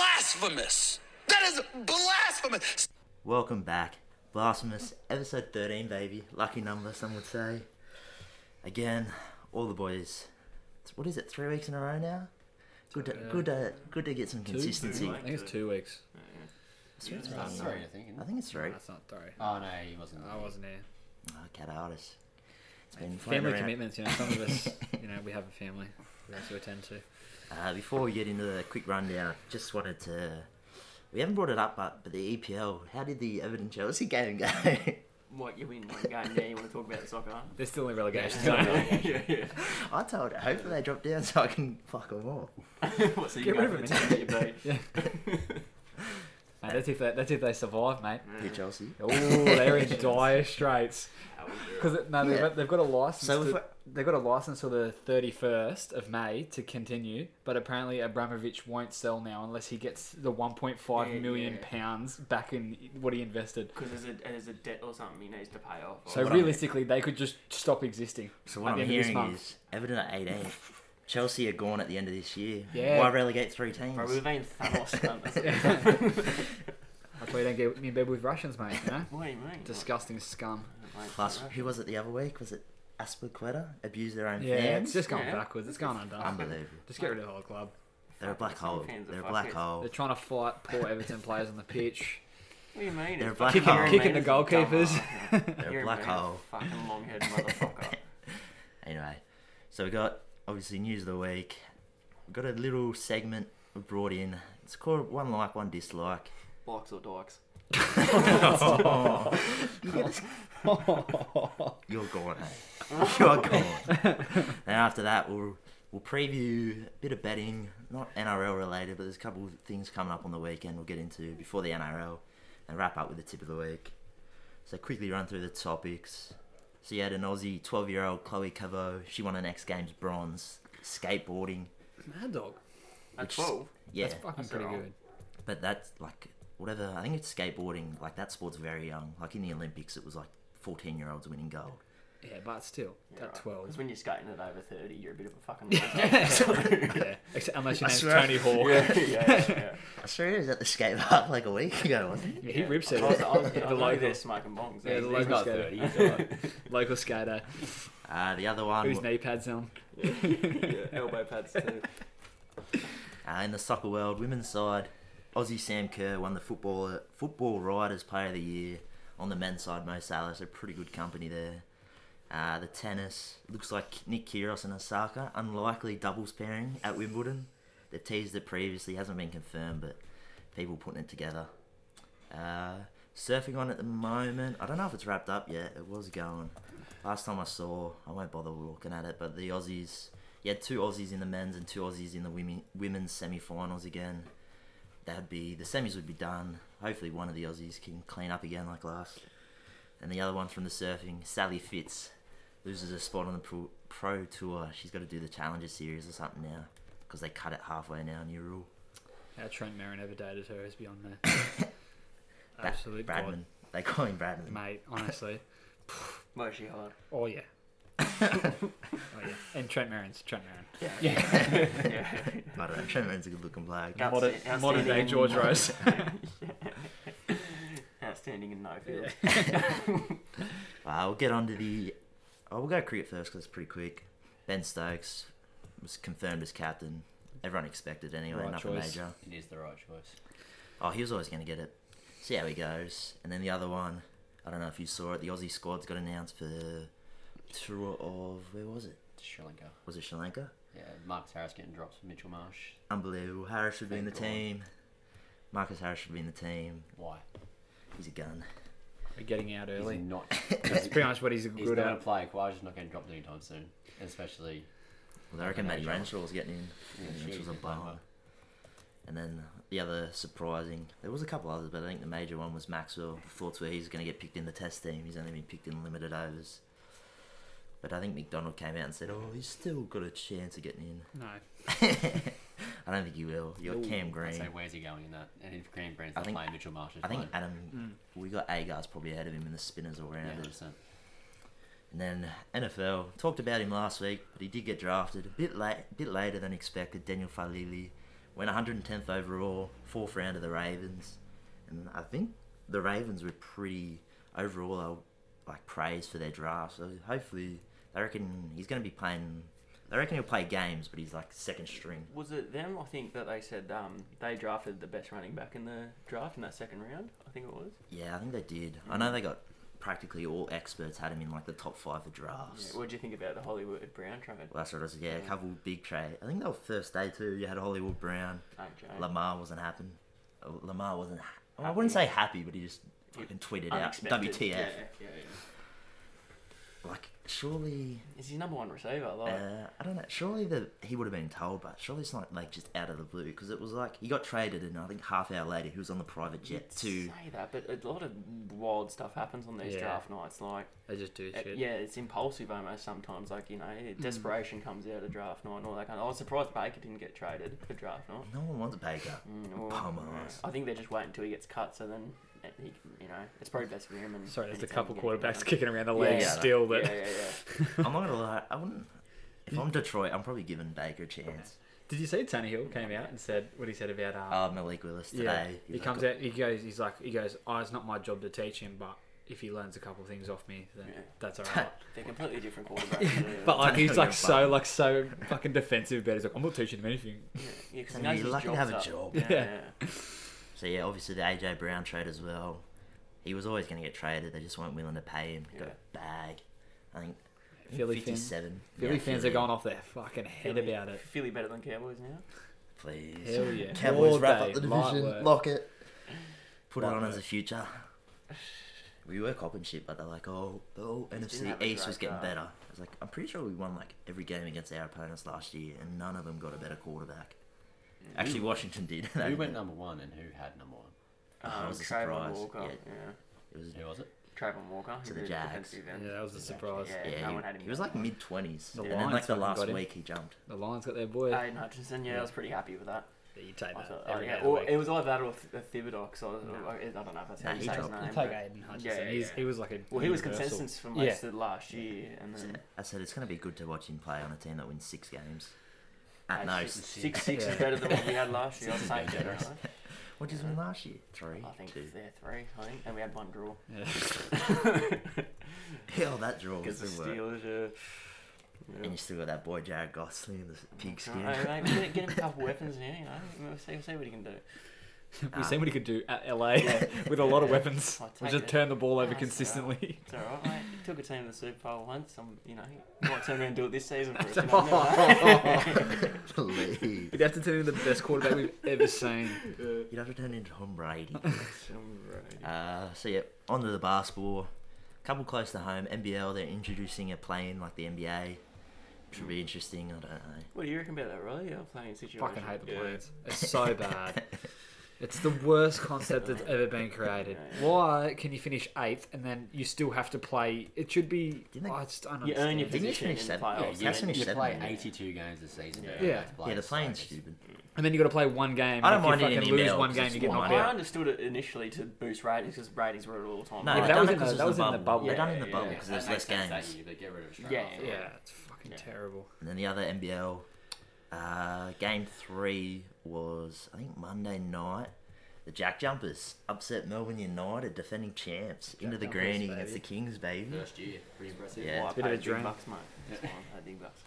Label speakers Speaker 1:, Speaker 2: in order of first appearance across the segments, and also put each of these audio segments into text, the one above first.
Speaker 1: blasphemous. That is blasphemous.
Speaker 2: Welcome back. Blasphemous, episode 13, baby. Lucky number, some would say. Again, all the boys. What is it, three weeks in a row now? Good to, good to, good to get some consistency.
Speaker 3: I think it's two Uh, weeks.
Speaker 4: Sorry, I think.
Speaker 2: I think it's three.
Speaker 3: That's not three.
Speaker 4: Oh no, he wasn't.
Speaker 3: I wasn't here.
Speaker 2: Oh, cat artist. It's been floating
Speaker 3: Family
Speaker 2: around.
Speaker 3: commitments, you know, some of us, you know, we have a family we have to attend to.
Speaker 2: Uh, before we get into the quick rundown, just wanted to. We haven't brought it up, but, but the EPL, how did the Everton Chelsea game go?
Speaker 5: What you win one game, now you want to talk about soccer?
Speaker 3: They're still in relegation zone.
Speaker 5: yeah, yeah.
Speaker 2: I told it, hopefully they drop down so I can fuck them all.
Speaker 5: What's the
Speaker 3: Get
Speaker 5: game
Speaker 3: rid of
Speaker 5: for
Speaker 3: it.
Speaker 5: ten that you beat?
Speaker 3: Yeah. Mate, that's if they, that's if they survive, mate.
Speaker 2: Here, Chelsea.
Speaker 3: Oh, they're in dire straits because no, they've,
Speaker 2: Yeah.
Speaker 3: got, they've got a license.
Speaker 2: So if
Speaker 3: to,
Speaker 2: I-
Speaker 3: they've got a license till the thirty first of May to continue, but apparently Abramovich won't sell now unless he gets the one point five
Speaker 5: Yeah,
Speaker 3: million
Speaker 5: yeah.
Speaker 3: pounds back in what he invested.
Speaker 5: Because there's a there's a debt or something he needs to pay off. or-
Speaker 3: So
Speaker 2: what I'm-
Speaker 3: realistically, they could just stop existing.
Speaker 2: So what
Speaker 3: at the
Speaker 2: I'm
Speaker 3: end of this
Speaker 2: hearing
Speaker 3: month.
Speaker 2: is Everton are 18. Chelsea are gone at the end of this year.
Speaker 3: Yeah.
Speaker 2: Why relegate three teams?
Speaker 5: Bro, we've been Thanos. cunts.
Speaker 3: that's why you don't get me in bed with Russians, mate. You know,
Speaker 5: what do you mean?
Speaker 3: disgusting scum.
Speaker 5: Like,
Speaker 2: Plus, who was it the other week? Was it Asperqueta? Abuse their own
Speaker 3: Yeah,
Speaker 2: fans?
Speaker 3: it's just going
Speaker 5: Yeah.
Speaker 3: backwards. It's going under.
Speaker 2: Unbelievable.
Speaker 3: Just get rid of the whole club.
Speaker 2: They're a black
Speaker 5: Some
Speaker 2: hole.
Speaker 5: fans are
Speaker 2: They're a black
Speaker 5: fuckheads.
Speaker 2: hole.
Speaker 3: They're trying to fight poor Everton players on the pitch.
Speaker 5: What do you mean?
Speaker 2: They're
Speaker 5: It's
Speaker 2: black
Speaker 5: fucking
Speaker 2: hole.
Speaker 5: Aaron
Speaker 3: Kicking the
Speaker 5: Mann's a dumb
Speaker 3: goalkeepers.
Speaker 5: ass.
Speaker 2: They're a
Speaker 5: Aaron
Speaker 2: black
Speaker 5: Mann's a
Speaker 2: hole.
Speaker 5: Fucking long haired motherfucker.
Speaker 2: Anyway, so we got obviously news of the week. We've got a little segment we brought in. It's called One Like, One Dislike.
Speaker 5: Blocks or dykes.
Speaker 2: You're gone, eh? You're gone. and after that, we'll we'll preview a bit of betting, not NRL related, but there's a couple of things coming up on the weekend we'll get into before the NRL, and wrap up with the tip of the week. So quickly run through the topics. So you had an Aussie 12-year-old Chloe Cavo. She won an X Games bronze skateboarding.
Speaker 3: Mad dog.
Speaker 5: At
Speaker 2: Which-
Speaker 5: 12.
Speaker 2: Yeah,
Speaker 3: That's fucking
Speaker 5: That's
Speaker 3: pretty
Speaker 5: alright.
Speaker 3: good.
Speaker 2: but that's like whatever. I think it's skateboarding. Like that sport's very young. Like in the Olympics, it was like 14-year-olds winning gold.
Speaker 3: Yeah, but still, at
Speaker 5: Because
Speaker 3: 12.
Speaker 5: when you're skating at over 30, you're a bit of a fucking. yeah,
Speaker 3: yeah, except unless your name's
Speaker 2: swear.
Speaker 3: Tony Hawk. Yeah.
Speaker 5: yeah, yeah.
Speaker 2: Australia was at the skate park like a week ago, wasn't it?
Speaker 3: he rips it.
Speaker 5: I was, I was,
Speaker 3: the
Speaker 5: I know
Speaker 3: local,
Speaker 5: they're smoking bongs. eh?
Speaker 3: Yeah, the
Speaker 5: He's-
Speaker 3: local
Speaker 5: he's not
Speaker 3: skater.
Speaker 5: 30, he's alright.
Speaker 3: local skater
Speaker 2: Uh, the other one,
Speaker 3: whose
Speaker 2: wa-
Speaker 3: knee pads on.
Speaker 5: yeah, elbow pads too.
Speaker 2: uh, in the soccer world, women's side, Aussie Sam Kerr won the football football riders player of the year. On the men's side, Mo Salah, so pretty good company there. Uh, the tennis looks like Nick Kyrgios and Osaka unlikely doubles pairing at Wimbledon. They've teased it previously, hasn't been confirmed, but people putting it together. Uh, surfing on at the moment. I don't know if it's wrapped up yet. It was going. Last time I saw, I won't bother looking at it, but the Aussies. You had two Aussies in the men's and two Aussies in the women, women's semi-finals again. That'd be the semis would be done. Hopefully, one of the Aussies can clean up again like last. And the other one from the surfing, Sally Fitz, loses a spot on the pro, pro tour. She's got to do the Challenger series or something now because they cut it halfway now. New rule.
Speaker 3: How Trent Merrin ever dated her is beyond me.
Speaker 2: Bra-
Speaker 3: Absolute
Speaker 2: Bradman. They call him Bradman.
Speaker 3: god. Mate, honestly.
Speaker 5: Moshi hard.
Speaker 3: Oh, yeah. oh, yeah. And Trent Merrin's Trent Merrin.
Speaker 5: Yeah.
Speaker 2: I don't know. Trentman's a good-looking bloke.
Speaker 5: Outsta-
Speaker 3: Modern, modern day
Speaker 5: outstanding-
Speaker 3: George Rose.
Speaker 5: Outstanding in no field.
Speaker 2: Uh, we'll get on to the. Oh, we'll go cricket first because it's pretty quick. Ben Stokes was confirmed as captain. Everyone expected anyway,
Speaker 3: Right
Speaker 2: nothing
Speaker 3: choice.
Speaker 2: major.
Speaker 4: It is the right choice.
Speaker 2: Oh, he was always going to get it. See how he goes. And then the other one, I don't know if you saw it, the Aussie squad's got announced for tour of. Where was it?
Speaker 4: It's Sri Lanka.
Speaker 2: Was it Sri Lanka?
Speaker 4: Yeah, Marcus Harris getting drops for Mitchell Marsh.
Speaker 2: Unbelievable. Harris should be in the
Speaker 4: Thank God.
Speaker 2: team. Marcus Harris should be in the team.
Speaker 4: Why?
Speaker 2: He's a gun.
Speaker 3: We're getting out
Speaker 4: He's
Speaker 3: early.
Speaker 4: not.
Speaker 3: That's pretty much what he's
Speaker 4: He's
Speaker 3: good
Speaker 4: not going to
Speaker 3: at.
Speaker 4: play. Kwaja's not getting dropped anytime soon. Especially.
Speaker 2: Well, I reckon
Speaker 4: Okay,
Speaker 2: Matty
Speaker 4: sure.
Speaker 2: Renshaw's getting in.
Speaker 4: Yeah,
Speaker 2: Matty
Speaker 4: sure,
Speaker 2: Renshaw's
Speaker 4: he's
Speaker 2: a
Speaker 4: gonna play
Speaker 2: bomber.
Speaker 4: well.
Speaker 2: And then the other surprising, there was a couple others, but I think the major one was Maxwell. Thoughts were he's going to get picked in the test team. He's only been picked in limited overs. But I think McDonald came out and said, "Oh, he's still got a chance of getting in."
Speaker 3: No.
Speaker 2: I don't think he will. You got
Speaker 3: Ooh,
Speaker 2: Cam
Speaker 4: I'd
Speaker 2: Green.
Speaker 4: say where's he going in that? And if Graham Brand's
Speaker 2: I
Speaker 4: not
Speaker 2: think-
Speaker 4: playing, Mitchell Marsh is
Speaker 2: I think
Speaker 4: playing.
Speaker 3: Mm.
Speaker 2: Adam. We got Agar's probably ahead of him in the spinners all
Speaker 4: Yeah,
Speaker 2: rounders.
Speaker 4: 100%.
Speaker 2: And then NFL talked about him last week, but he did get drafted a bit late, bit later than expected. Daniel Falili Went 110th overall, fourth round of the Ravens, and I think the Ravens were pretty overall. They were, like praised for their draft. So hopefully, they reckon he's going to be playing. They reckon he'll play games, but he's like second string.
Speaker 5: Was it them? I think that they said um, they drafted the best running back in the draft in that second round. I think it was.
Speaker 2: Yeah, I think they did. I know they got practically all experts had him in like the top five for
Speaker 3: Oh,
Speaker 2: drafts.
Speaker 5: Yeah. What do you think about the Hollywood Brown trade?
Speaker 2: Well, that's what it was. Yeah, a
Speaker 5: Yeah.
Speaker 2: couple big trade. I think that was first day too. You had Hollywood Brown.
Speaker 5: Don't joke.
Speaker 2: Lamar wasn't happy. Uh, Lamar wasn't. Ha- I
Speaker 5: Happy.
Speaker 2: wouldn't say happy, but he just
Speaker 5: He-
Speaker 2: fucking tweeted out
Speaker 5: Unexpected.
Speaker 2: WTF.
Speaker 5: Yeah, yeah, yeah.
Speaker 2: Like surely,
Speaker 5: Is his number one receiver? Like,
Speaker 2: uh, I don't know. Surely the he would have been told, but surely it's not like just out of the blue because it was like he got traded, and I think half hour later he was on the private jet
Speaker 5: you
Speaker 2: to.
Speaker 5: say that, but a lot of wild stuff happens on these
Speaker 6: Yeah.
Speaker 5: draft nights. Like,
Speaker 6: They just do
Speaker 5: uh,
Speaker 6: shit.
Speaker 5: yeah, it's impulsive almost sometimes. Like, you know,
Speaker 2: Hmm.
Speaker 5: desperation comes out of draft night and all that kind. Of, I was surprised Baker didn't get traded for draft night.
Speaker 2: No one wants Baker.
Speaker 5: Mm, well,
Speaker 2: Bum
Speaker 5: yeah.
Speaker 2: ass.
Speaker 5: I think they're just waiting until he gets cut, so then uh, he, can- you know, it's probably best for him. And
Speaker 3: Sorry, there's
Speaker 5: and
Speaker 3: a
Speaker 5: his team
Speaker 3: couple
Speaker 5: can get
Speaker 3: quarterbacks
Speaker 5: him.
Speaker 3: kicking around the
Speaker 5: Yeah,
Speaker 3: league
Speaker 2: yeah.
Speaker 3: still that.
Speaker 5: Yeah, yeah, yeah.
Speaker 2: I'm not gonna lie. I wouldn't. If I'm Detroit, I'm probably giving Baker a chance.
Speaker 3: Did you see Tannehill came out and said what he said about um,
Speaker 2: Uh, Malik Willis today.
Speaker 3: yeah,
Speaker 2: he's
Speaker 3: he
Speaker 2: like,
Speaker 3: comes out, he goes, he's like, he goes, oh, it's not my job to teach him, but if he learns a couple of things off me, then
Speaker 5: Yeah.
Speaker 3: that's alright.
Speaker 5: They're completely different quarterbacks. yeah,
Speaker 3: But like he's
Speaker 2: Tannehill
Speaker 3: like
Speaker 2: goes
Speaker 3: so
Speaker 2: bum.
Speaker 3: like so fucking defensive about it. He's like, I'm not teaching him anything.
Speaker 5: yeah, yeah, 'cause he
Speaker 2: Tannehill,
Speaker 5: knows
Speaker 2: you're
Speaker 5: his
Speaker 2: lucky to
Speaker 5: job's
Speaker 2: have a
Speaker 5: up.
Speaker 2: job.
Speaker 5: Yeah,
Speaker 3: Yeah.
Speaker 5: yeah.
Speaker 2: So yeah, obviously the AJ Brown trade as well. He was always going to get traded. They just weren't willing to pay him. He Got a bag. I think
Speaker 3: Philly fans,
Speaker 2: fifty-seven.
Speaker 3: Philly
Speaker 2: Yeah,
Speaker 3: fans
Speaker 2: Philly.
Speaker 3: are going off their fucking head
Speaker 5: Philly-
Speaker 3: about it.
Speaker 5: Philly better than Cowboys now.
Speaker 2: Please,
Speaker 3: Hell yeah.
Speaker 2: Cowboys
Speaker 3: All
Speaker 2: wrap
Speaker 3: day,
Speaker 2: up the
Speaker 3: light
Speaker 2: division.
Speaker 3: work.
Speaker 2: Lock it. Put
Speaker 3: Light
Speaker 2: it on as
Speaker 3: work.
Speaker 2: a future. We were copping shit, but they're like, oh, the whole
Speaker 5: have
Speaker 2: NFC
Speaker 5: a
Speaker 2: East was
Speaker 5: great draft.
Speaker 2: getting better. I was like, I'm pretty sure we won like every game against our opponents last year, and none of them got a better quarterback. Actually, Washington did. They
Speaker 4: Who went
Speaker 2: didn't.
Speaker 4: number one and who had number one?
Speaker 5: Um,
Speaker 2: I Oh, was a
Speaker 5: Trayvon
Speaker 2: surprise.
Speaker 5: Walker.
Speaker 2: Yeah.
Speaker 5: Yeah.
Speaker 2: It was,
Speaker 4: Who was it?
Speaker 5: Trayvon Walker.
Speaker 2: To
Speaker 5: who
Speaker 2: the
Speaker 5: was
Speaker 2: Jags.
Speaker 5: defensive
Speaker 3: Yeah,
Speaker 5: end.
Speaker 3: that was a surprise.
Speaker 5: Yeah,
Speaker 2: yeah,
Speaker 5: no
Speaker 2: he-
Speaker 5: one had him
Speaker 2: he was
Speaker 5: down.
Speaker 2: like mid twenties,
Speaker 3: The
Speaker 2: and then
Speaker 3: Lions
Speaker 2: like the
Speaker 3: fucking got
Speaker 2: last
Speaker 3: him.
Speaker 2: week he jumped.
Speaker 3: The Lions got their boy.
Speaker 5: Aiden Hutchinson. Yeah, I was pretty happy with that.
Speaker 6: You take
Speaker 5: I
Speaker 6: that.
Speaker 5: thought,
Speaker 6: every
Speaker 5: yeah,
Speaker 6: day of the
Speaker 5: or,
Speaker 6: week.
Speaker 5: it was either that or Th- uh, Thibodeau. So
Speaker 3: Nah.
Speaker 5: I don't know if that's
Speaker 2: Nah,
Speaker 5: how you
Speaker 2: he
Speaker 5: say his
Speaker 2: dropped
Speaker 5: name.
Speaker 2: him.
Speaker 3: You take
Speaker 5: but-
Speaker 3: Aiden Hutchinson.
Speaker 5: Yeah, yeah,
Speaker 3: He's,
Speaker 5: yeah.
Speaker 3: he was like a
Speaker 5: Well, he was
Speaker 3: universal.
Speaker 5: consensus for
Speaker 3: Yeah.
Speaker 5: most of last year, and then
Speaker 2: I said it's going to be good to watch him play on a team that wins six games.
Speaker 5: Hey,
Speaker 2: At
Speaker 5: six-
Speaker 2: most.
Speaker 5: six six
Speaker 3: Yeah.
Speaker 5: is better than what we had last year.
Speaker 4: Six is
Speaker 5: I'll take
Speaker 4: better,
Speaker 5: that,
Speaker 4: generous.
Speaker 5: right?
Speaker 2: What did you win last year? Three,
Speaker 5: I think
Speaker 2: two.
Speaker 5: they're three, I think, and we had one draw
Speaker 3: Yeah.
Speaker 2: Hell, that draw was
Speaker 5: because the
Speaker 2: good work.
Speaker 5: Steelers are.
Speaker 2: And you still got that boy Jared Gosling in the pigskin.
Speaker 5: Hey, mate, get, get him a couple weapons now, you know. We'll see, we'll see what he can do.
Speaker 3: We've
Speaker 2: Ah.
Speaker 3: seen what he could do at LA with a lot of weapons.
Speaker 5: I'll
Speaker 3: We
Speaker 5: take
Speaker 3: just
Speaker 5: it.
Speaker 3: turn the ball over
Speaker 5: That's
Speaker 3: consistently.
Speaker 5: It's all right, mate. He took a team to the Super Bowl once. I'm, you know, he might turn around and do it this season for us. You know, never know.
Speaker 2: Please.
Speaker 3: He'd have to turn into the best quarterback we've ever seen.
Speaker 2: You'd have to turn into Tom Brady.
Speaker 5: Some road.
Speaker 2: Uh, so yeah, onto the basketball. Couple close to home. NBL, they're introducing a play-in like the NBA. Should be interesting. I don't know.
Speaker 5: What do you reckon about that, Riley? You're playing situation.
Speaker 3: Fucking hate the
Speaker 5: Yeah.
Speaker 3: Plains. It's so bad. It's the worst concept that's ever been created. Why can you finish eighth and then you still have to play? It should be.
Speaker 2: Didn't they-
Speaker 3: I just don't
Speaker 5: You earn
Speaker 3: understand.
Speaker 5: your
Speaker 2: Didn't he
Speaker 5: position in
Speaker 2: finish
Speaker 5: the
Speaker 2: seventh?
Speaker 4: Yeah,
Speaker 5: playoffs.
Speaker 2: you
Speaker 4: you,
Speaker 2: That's finished
Speaker 4: you
Speaker 2: seven,
Speaker 4: play
Speaker 2: yeah.
Speaker 4: 82 games this season.
Speaker 5: Yeah.
Speaker 4: but you
Speaker 3: Yeah.
Speaker 4: have to play
Speaker 2: yeah, the
Speaker 4: so
Speaker 2: playing's
Speaker 4: much.
Speaker 2: stupid.
Speaker 3: and then you got to play one game.
Speaker 2: I don't
Speaker 3: If you
Speaker 2: mind it
Speaker 3: fucking
Speaker 2: in the
Speaker 3: lose
Speaker 2: NBL,
Speaker 3: one
Speaker 2: 'cause
Speaker 3: game,
Speaker 2: it's
Speaker 3: you get
Speaker 2: more
Speaker 3: knocked
Speaker 2: money.
Speaker 5: I
Speaker 3: out.
Speaker 5: understood it initially to boost ratings because ratings were at all time.
Speaker 2: No,
Speaker 3: Yeah,
Speaker 2: yeah,
Speaker 3: but
Speaker 2: that was in the, that was in the bubble.
Speaker 5: Yeah,
Speaker 2: They done it in the
Speaker 5: yeah,
Speaker 2: bubble
Speaker 5: yeah.
Speaker 2: because there's
Speaker 4: That
Speaker 2: less
Speaker 4: makes sense that
Speaker 2: games.
Speaker 4: year, but get rid of it straight
Speaker 5: Yeah,
Speaker 4: after.
Speaker 3: Yeah, it's fucking
Speaker 5: Yeah.
Speaker 3: terrible.
Speaker 2: And then the other NBL, uh, game three was, I think, Monday night. The Jack Jumpers upset Melbourne United, defending champs, into the
Speaker 3: Jumpers,
Speaker 2: granny
Speaker 3: baby.
Speaker 2: against the Kings, baby.
Speaker 4: First year, pretty impressive.
Speaker 2: Yeah.
Speaker 5: Well,
Speaker 2: it's
Speaker 5: I
Speaker 2: a
Speaker 3: bit of
Speaker 5: paid
Speaker 3: a dream.
Speaker 5: Big bucks, mate. That's fine. I paid big bucks.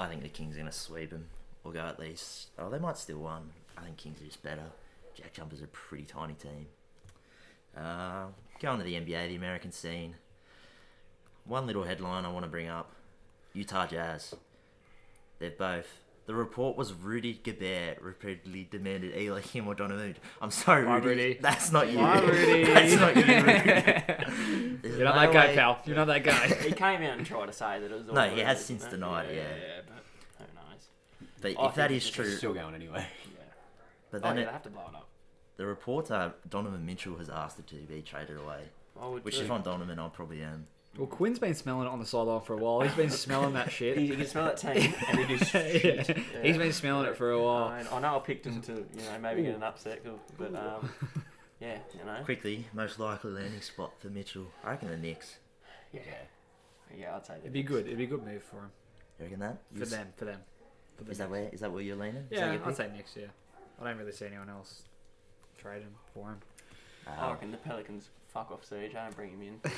Speaker 2: I think the Kings are going to sweep them, or go at least. Oh, they might still win. I think Kings are just better. Jack Jumpers are a pretty tiny team. Uh, going to the NBA, the American scene. One little headline I want to bring up Utah Jazz. They're both. The report was Rudy Gobert repeatedly demanded Eli Kim or Donovan. I'm sorry,
Speaker 3: Why,
Speaker 2: Rudy.
Speaker 3: Rudy?
Speaker 2: That's not you.
Speaker 3: Why, Rudy?
Speaker 2: That's not you, Rudy. There's
Speaker 3: You're not
Speaker 2: no
Speaker 3: that guy,
Speaker 2: way-
Speaker 3: pal. You're not that guy.
Speaker 5: He came out and tried to say that it was all.
Speaker 2: No, he
Speaker 5: good,
Speaker 2: has
Speaker 5: but-
Speaker 2: since denied it, yeah.
Speaker 5: yeah, but who knows?
Speaker 2: But
Speaker 3: Oh,
Speaker 5: I
Speaker 2: if that
Speaker 5: think
Speaker 2: is
Speaker 5: it's
Speaker 2: true,
Speaker 4: Still going anyway.
Speaker 5: Yeah.
Speaker 2: but
Speaker 5: Oh,
Speaker 2: then
Speaker 5: yeah,
Speaker 2: it,
Speaker 5: they have to blow it up.
Speaker 2: The reports are Donovan Mitchell has asked it to be traded away,
Speaker 5: I would
Speaker 2: which
Speaker 5: too.
Speaker 2: is on Donovan. I probably am.
Speaker 3: well, Quinn's been smelling it on the sideline for a while. He's been smelling that shit.
Speaker 5: He, you can smell that team, and it is shit.
Speaker 3: Yeah. He's been smelling it for a while.
Speaker 5: I, I know I picked him to, you know, maybe get an upset, but um, yeah, you know,
Speaker 2: Quickly, most likely landing spot for Mitchell. I reckon the Knicks.
Speaker 5: yeah, yeah, I'd say
Speaker 3: It'd be good. It'd be a good move for him.
Speaker 2: You reckon that?
Speaker 3: For them. For them. For the
Speaker 2: Is that
Speaker 3: Knicks.
Speaker 2: where? Is that where you're leaning? Is that
Speaker 3: Yeah,
Speaker 2: your
Speaker 3: I'd
Speaker 2: pick?
Speaker 3: say next year. I don't really see anyone else trading for him.
Speaker 2: Ah,
Speaker 5: I reckon the Pelicans fuck off Siege. I don't bring him in. That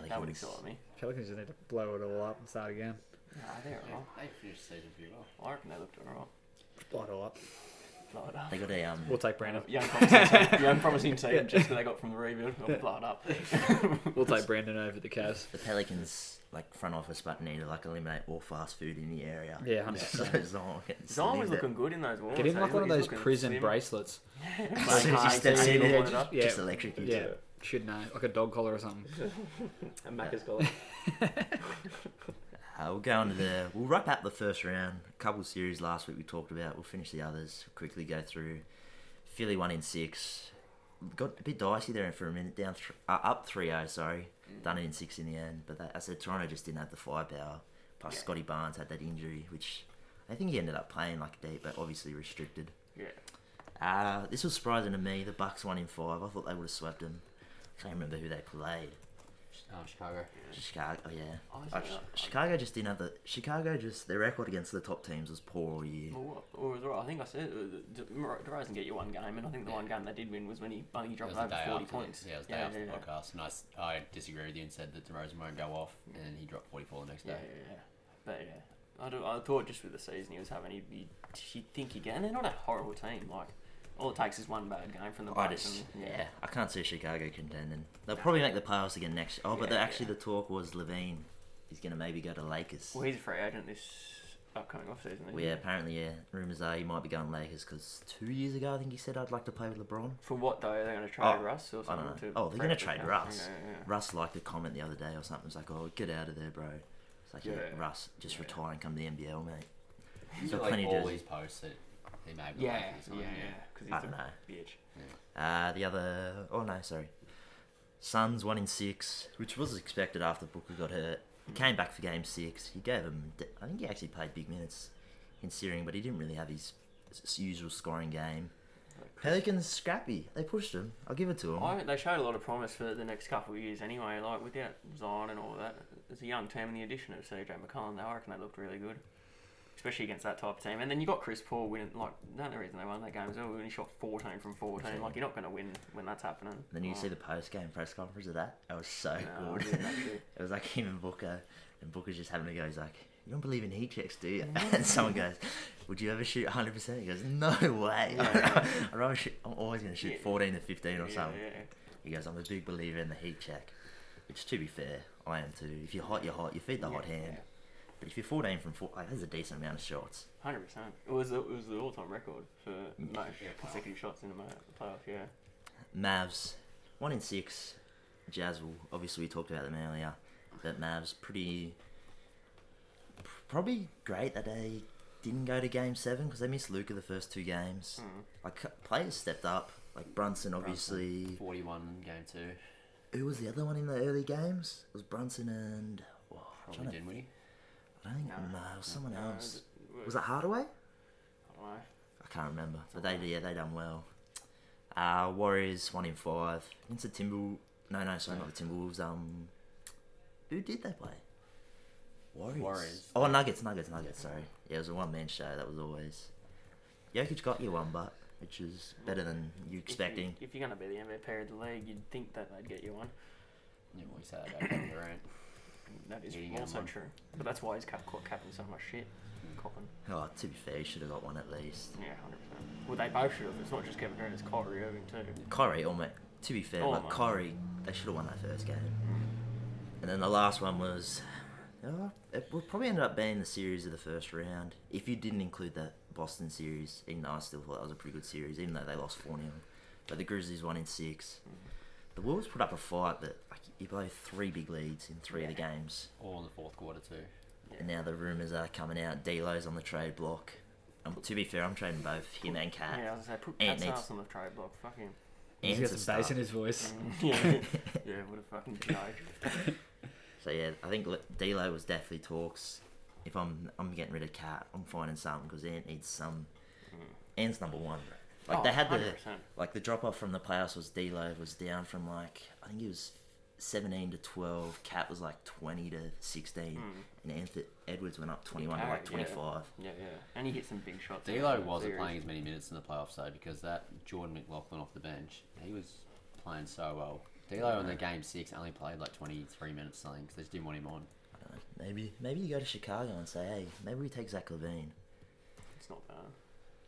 Speaker 5: would
Speaker 2: Pelicans.
Speaker 5: excite me.
Speaker 3: Pelicans just need to blow it all up and start again.
Speaker 5: Nah, they're
Speaker 4: They,
Speaker 5: alright.
Speaker 4: they finished the season pretty well.
Speaker 5: I reckon they looked alright.
Speaker 3: Blow it all up.
Speaker 5: Blow it up.
Speaker 2: They got a um,
Speaker 3: We'll take Brandon.
Speaker 5: Young promising, young promising team just that they got from the rebuild. They'll blow it up.
Speaker 3: We'll take Brandon over the Cavs.
Speaker 2: the Pelicans like front office, but need to like eliminate all fast food in the area.
Speaker 3: Yeah, 100%.
Speaker 2: so Zion. gets to
Speaker 5: Zion
Speaker 2: live
Speaker 5: was
Speaker 2: there.
Speaker 5: looking good in those warm
Speaker 3: Get him like
Speaker 5: days.
Speaker 3: one of
Speaker 5: He's
Speaker 3: those
Speaker 5: looking
Speaker 3: prison
Speaker 5: slim.
Speaker 3: bracelets.
Speaker 2: As soon as he
Speaker 5: Like,
Speaker 2: steps
Speaker 5: I-
Speaker 2: in,
Speaker 5: I-
Speaker 2: it
Speaker 5: it
Speaker 2: just,
Speaker 5: up.
Speaker 3: Yeah.
Speaker 2: just electrocutes
Speaker 3: Yeah,
Speaker 2: it.
Speaker 3: should know. Like a dog collar or something.
Speaker 5: And Macca's got it.
Speaker 2: Uh, we'll go on to the. We'll wrap up the first round. A couple series last week we talked about. We'll finish the others quickly. Go through. Philly one in six. Got a bit dicey there for a minute. Down th- uh, up 3-0, Sorry, done it in six in the end. But that, I said Toronto just didn't have the firepower. Plus
Speaker 5: Yeah.
Speaker 2: Scotty Barnes had that injury, which I think he ended up playing like deep, but obviously restricted.
Speaker 5: Yeah.
Speaker 2: Uh, this was surprising to me. The Bucks won in five. I thought they would have swept them. Can't remember who they played.
Speaker 4: Oh, Chicago.
Speaker 2: Chicago, oh, yeah.
Speaker 5: Oh, is
Speaker 2: Uh,
Speaker 5: it?
Speaker 2: Ch- Chicago just didn't have the. Chicago just their record against the top teams was poor all year.
Speaker 5: Well, what, or was it right? I think I said uh, De- Mar- DeRozan get you one game, and I think the
Speaker 4: Yeah.
Speaker 5: one game they did win was when he bunny
Speaker 4: It was
Speaker 5: dropped
Speaker 4: the
Speaker 5: over
Speaker 4: day
Speaker 5: forty
Speaker 4: after.
Speaker 5: points.
Speaker 4: Yeah, it was the day after the podcast, and I, s- I disagree with you and said that DeRozan won't go off, and then he dropped 44 the next
Speaker 5: Yeah,
Speaker 4: day.
Speaker 5: yeah, yeah. But yeah, I, do, I thought just with the season he was having, he'd, be, he'd think he And they're not a horrible team. Like all it takes is one bad game from the
Speaker 2: I
Speaker 5: Bucks
Speaker 2: just,
Speaker 5: and-
Speaker 2: yeah. I can't see Chicago contending. They'll probably make the playoffs again next. Oh, but
Speaker 5: Yeah,
Speaker 2: the- actually
Speaker 5: yeah.
Speaker 2: the talk was Levine is going to maybe go to Lakers.
Speaker 5: Well, he's a free agent this upcoming off season.
Speaker 2: Well, yeah, apparently, yeah. Rumors are he might be going Lakers because two years ago I think he said I'd like to play with LeBron.
Speaker 5: For what though? Are they going to trade
Speaker 2: Oh,
Speaker 5: Russ or
Speaker 2: I
Speaker 5: something?
Speaker 2: don't know.
Speaker 5: to
Speaker 2: Oh, they're
Speaker 5: free
Speaker 2: going to
Speaker 5: up the
Speaker 2: trade
Speaker 5: cap?
Speaker 2: Russ.
Speaker 5: Yeah, yeah, yeah.
Speaker 2: Russ liked a comment the other day or something. It's like, oh, get out of there, bro. It's like, yeah,
Speaker 5: Yeah.
Speaker 2: Russ, just
Speaker 5: Yeah.
Speaker 2: retire and come to the NBL, mate.
Speaker 4: He's
Speaker 2: So
Speaker 4: got, like
Speaker 2: plenty
Speaker 4: all
Speaker 2: does.
Speaker 4: these posts that he made. with
Speaker 5: Yeah,
Speaker 4: Lakers,
Speaker 5: yeah,
Speaker 4: like,
Speaker 5: yeah. Because
Speaker 2: I
Speaker 5: he's
Speaker 2: dunno.
Speaker 5: a bitch.
Speaker 2: Uh, the other, oh no, sorry. Suns one in six, which was expected after Booker got hurt. He came back for game six. He gave him, I think he actually played big minutes in Searing, but he didn't really have his, his usual scoring game. Pelicans scrappy. They pushed him. I'll give it to him.
Speaker 5: I, they showed a lot of promise for the next couple of years anyway, like without Zion and all that. It's a young team and the addition of CJ McCollum, I reckon they looked really good. Especially against that type of team. And then you got Chris Paul winning, like, the only reason they won that game is when he shot 14 from 14. Like, you're not going to win when that's happening. Oh.
Speaker 2: And then you see the post game press conference of that. That was so
Speaker 5: No, I
Speaker 2: good.
Speaker 5: didn't actually.
Speaker 2: it was like him and Booker, and Booker's just having to go. He's like, "You don't believe in heat checks, do you?" And someone goes, "Would you ever shoot 100 percent?" He goes, "No way.
Speaker 5: Yeah.
Speaker 2: I'd rather shoot, I'm always going to shoot
Speaker 5: Yeah.
Speaker 2: 14 to 15 or
Speaker 5: Yeah,
Speaker 2: something."
Speaker 5: yeah.
Speaker 2: He goes, "I'm a big believer in the heat check," which, to be fair, I am too. If you're hot, you're hot. You feed the
Speaker 5: Yeah,
Speaker 2: hot hand.
Speaker 5: yeah.
Speaker 2: But if you're 14 from 4, like, that's a decent amount of shots.
Speaker 5: Hundred percent. It was the, it was the all time record for
Speaker 2: Mm.
Speaker 5: most
Speaker 4: Yeah,
Speaker 5: consecutive shots in the ma- playoff. Yeah.
Speaker 2: Mavs, one in six. Jazz will obviously we talked about them earlier, but Mavs pretty probably great that they didn't go to game seven because they missed Luca the first two games.
Speaker 5: Mm.
Speaker 2: Like cu- players stepped up, like Brunson obviously.
Speaker 4: 41 game two.
Speaker 2: Who was the other one in the early games? It was Brunson and oh, I'm
Speaker 4: Probably
Speaker 2: trying to-
Speaker 4: Dinwiddie.
Speaker 2: I don't think
Speaker 5: No.
Speaker 2: no, it was someone
Speaker 5: No,
Speaker 2: else.
Speaker 5: Uh, it
Speaker 2: Was it Hardaway?
Speaker 5: I don't know.
Speaker 2: I can't remember, but they yeah they done well. Uh, Warriors one in five against the Timber. No, no, sorry, not the Timberwolves. Um, who did they play? Warriors.
Speaker 4: Warriors.
Speaker 2: Oh, Nuggets, Nuggets, Nuggets. Sorry, yeah, it was a one man show. That was always. Jokic got you one, but which is better than you
Speaker 5: If you-
Speaker 2: expecting.
Speaker 5: If, you're gonna be the MVP of the league, you'd think that they'd get you one.
Speaker 4: Yeah, we said that about Kevin Durant.
Speaker 5: That is
Speaker 4: Yeah, you get
Speaker 5: also
Speaker 4: one.
Speaker 5: true. But that's why he's cap caught capping so much shit. Copping.
Speaker 2: Oh, to be fair, you should have got one at least.
Speaker 5: Yeah, hundred percent. Well, they both should have. It's not just Kevin Durant. It's Kyrie Irving too.
Speaker 2: Corey, almost. To be fair,
Speaker 5: Oh,
Speaker 2: like
Speaker 5: my.
Speaker 2: Corey, they should have won that first game. And then the last one was, uh, it would probably ended up being the series of the first round. If you didn't include that Boston series, even though I still thought that was a pretty good series, even though they lost four 0 but the Grizzlies won in six. The Wolves put up a fight, but like, you blow three big leads in three of the games,
Speaker 4: All in the fourth quarter, too.
Speaker 2: and now the rumors are coming out. D'Lo's on the trade block. Um, to be fair, I'm trading both him and Cat.
Speaker 5: Yeah, I was gonna say put
Speaker 2: Ant
Speaker 5: Pat's
Speaker 2: needs-
Speaker 5: ass on the trade block. Fuck him.
Speaker 3: He's got
Speaker 2: Ant's a
Speaker 3: some bass
Speaker 2: star.
Speaker 3: in his voice.
Speaker 5: yeah, yeah, what a fucking joke.
Speaker 2: So yeah, I think Le- D'Lo was definitely talks. If I'm I'm getting rid of Cat, I'm finding something because Ant needs some. Ant's number one. Like
Speaker 5: Oh,
Speaker 2: they had the
Speaker 5: 100%.
Speaker 2: like the drop off from the playoffs was D'Lo was down from like I think he was seventeen to twelve. Cat was like twenty to sixteen, and Anthony Edwards went up twenty one to
Speaker 5: Carrick,
Speaker 2: like
Speaker 5: Hmm. yeah.
Speaker 2: twenty five.
Speaker 5: Yeah, yeah. And he hit some big shots. in
Speaker 4: D'Lo
Speaker 5: that
Speaker 4: wasn't
Speaker 5: series.
Speaker 4: playing as many minutes in the playoffs though, because that Jordan McLaughlin off the bench, he was playing so well. D'Lo in the game six only played like 23 minutes something because they just didn't want him on.
Speaker 2: I don't know. Maybe maybe you go to Chicago and say, hey, maybe we take Zach Levine
Speaker 5: It's not bad.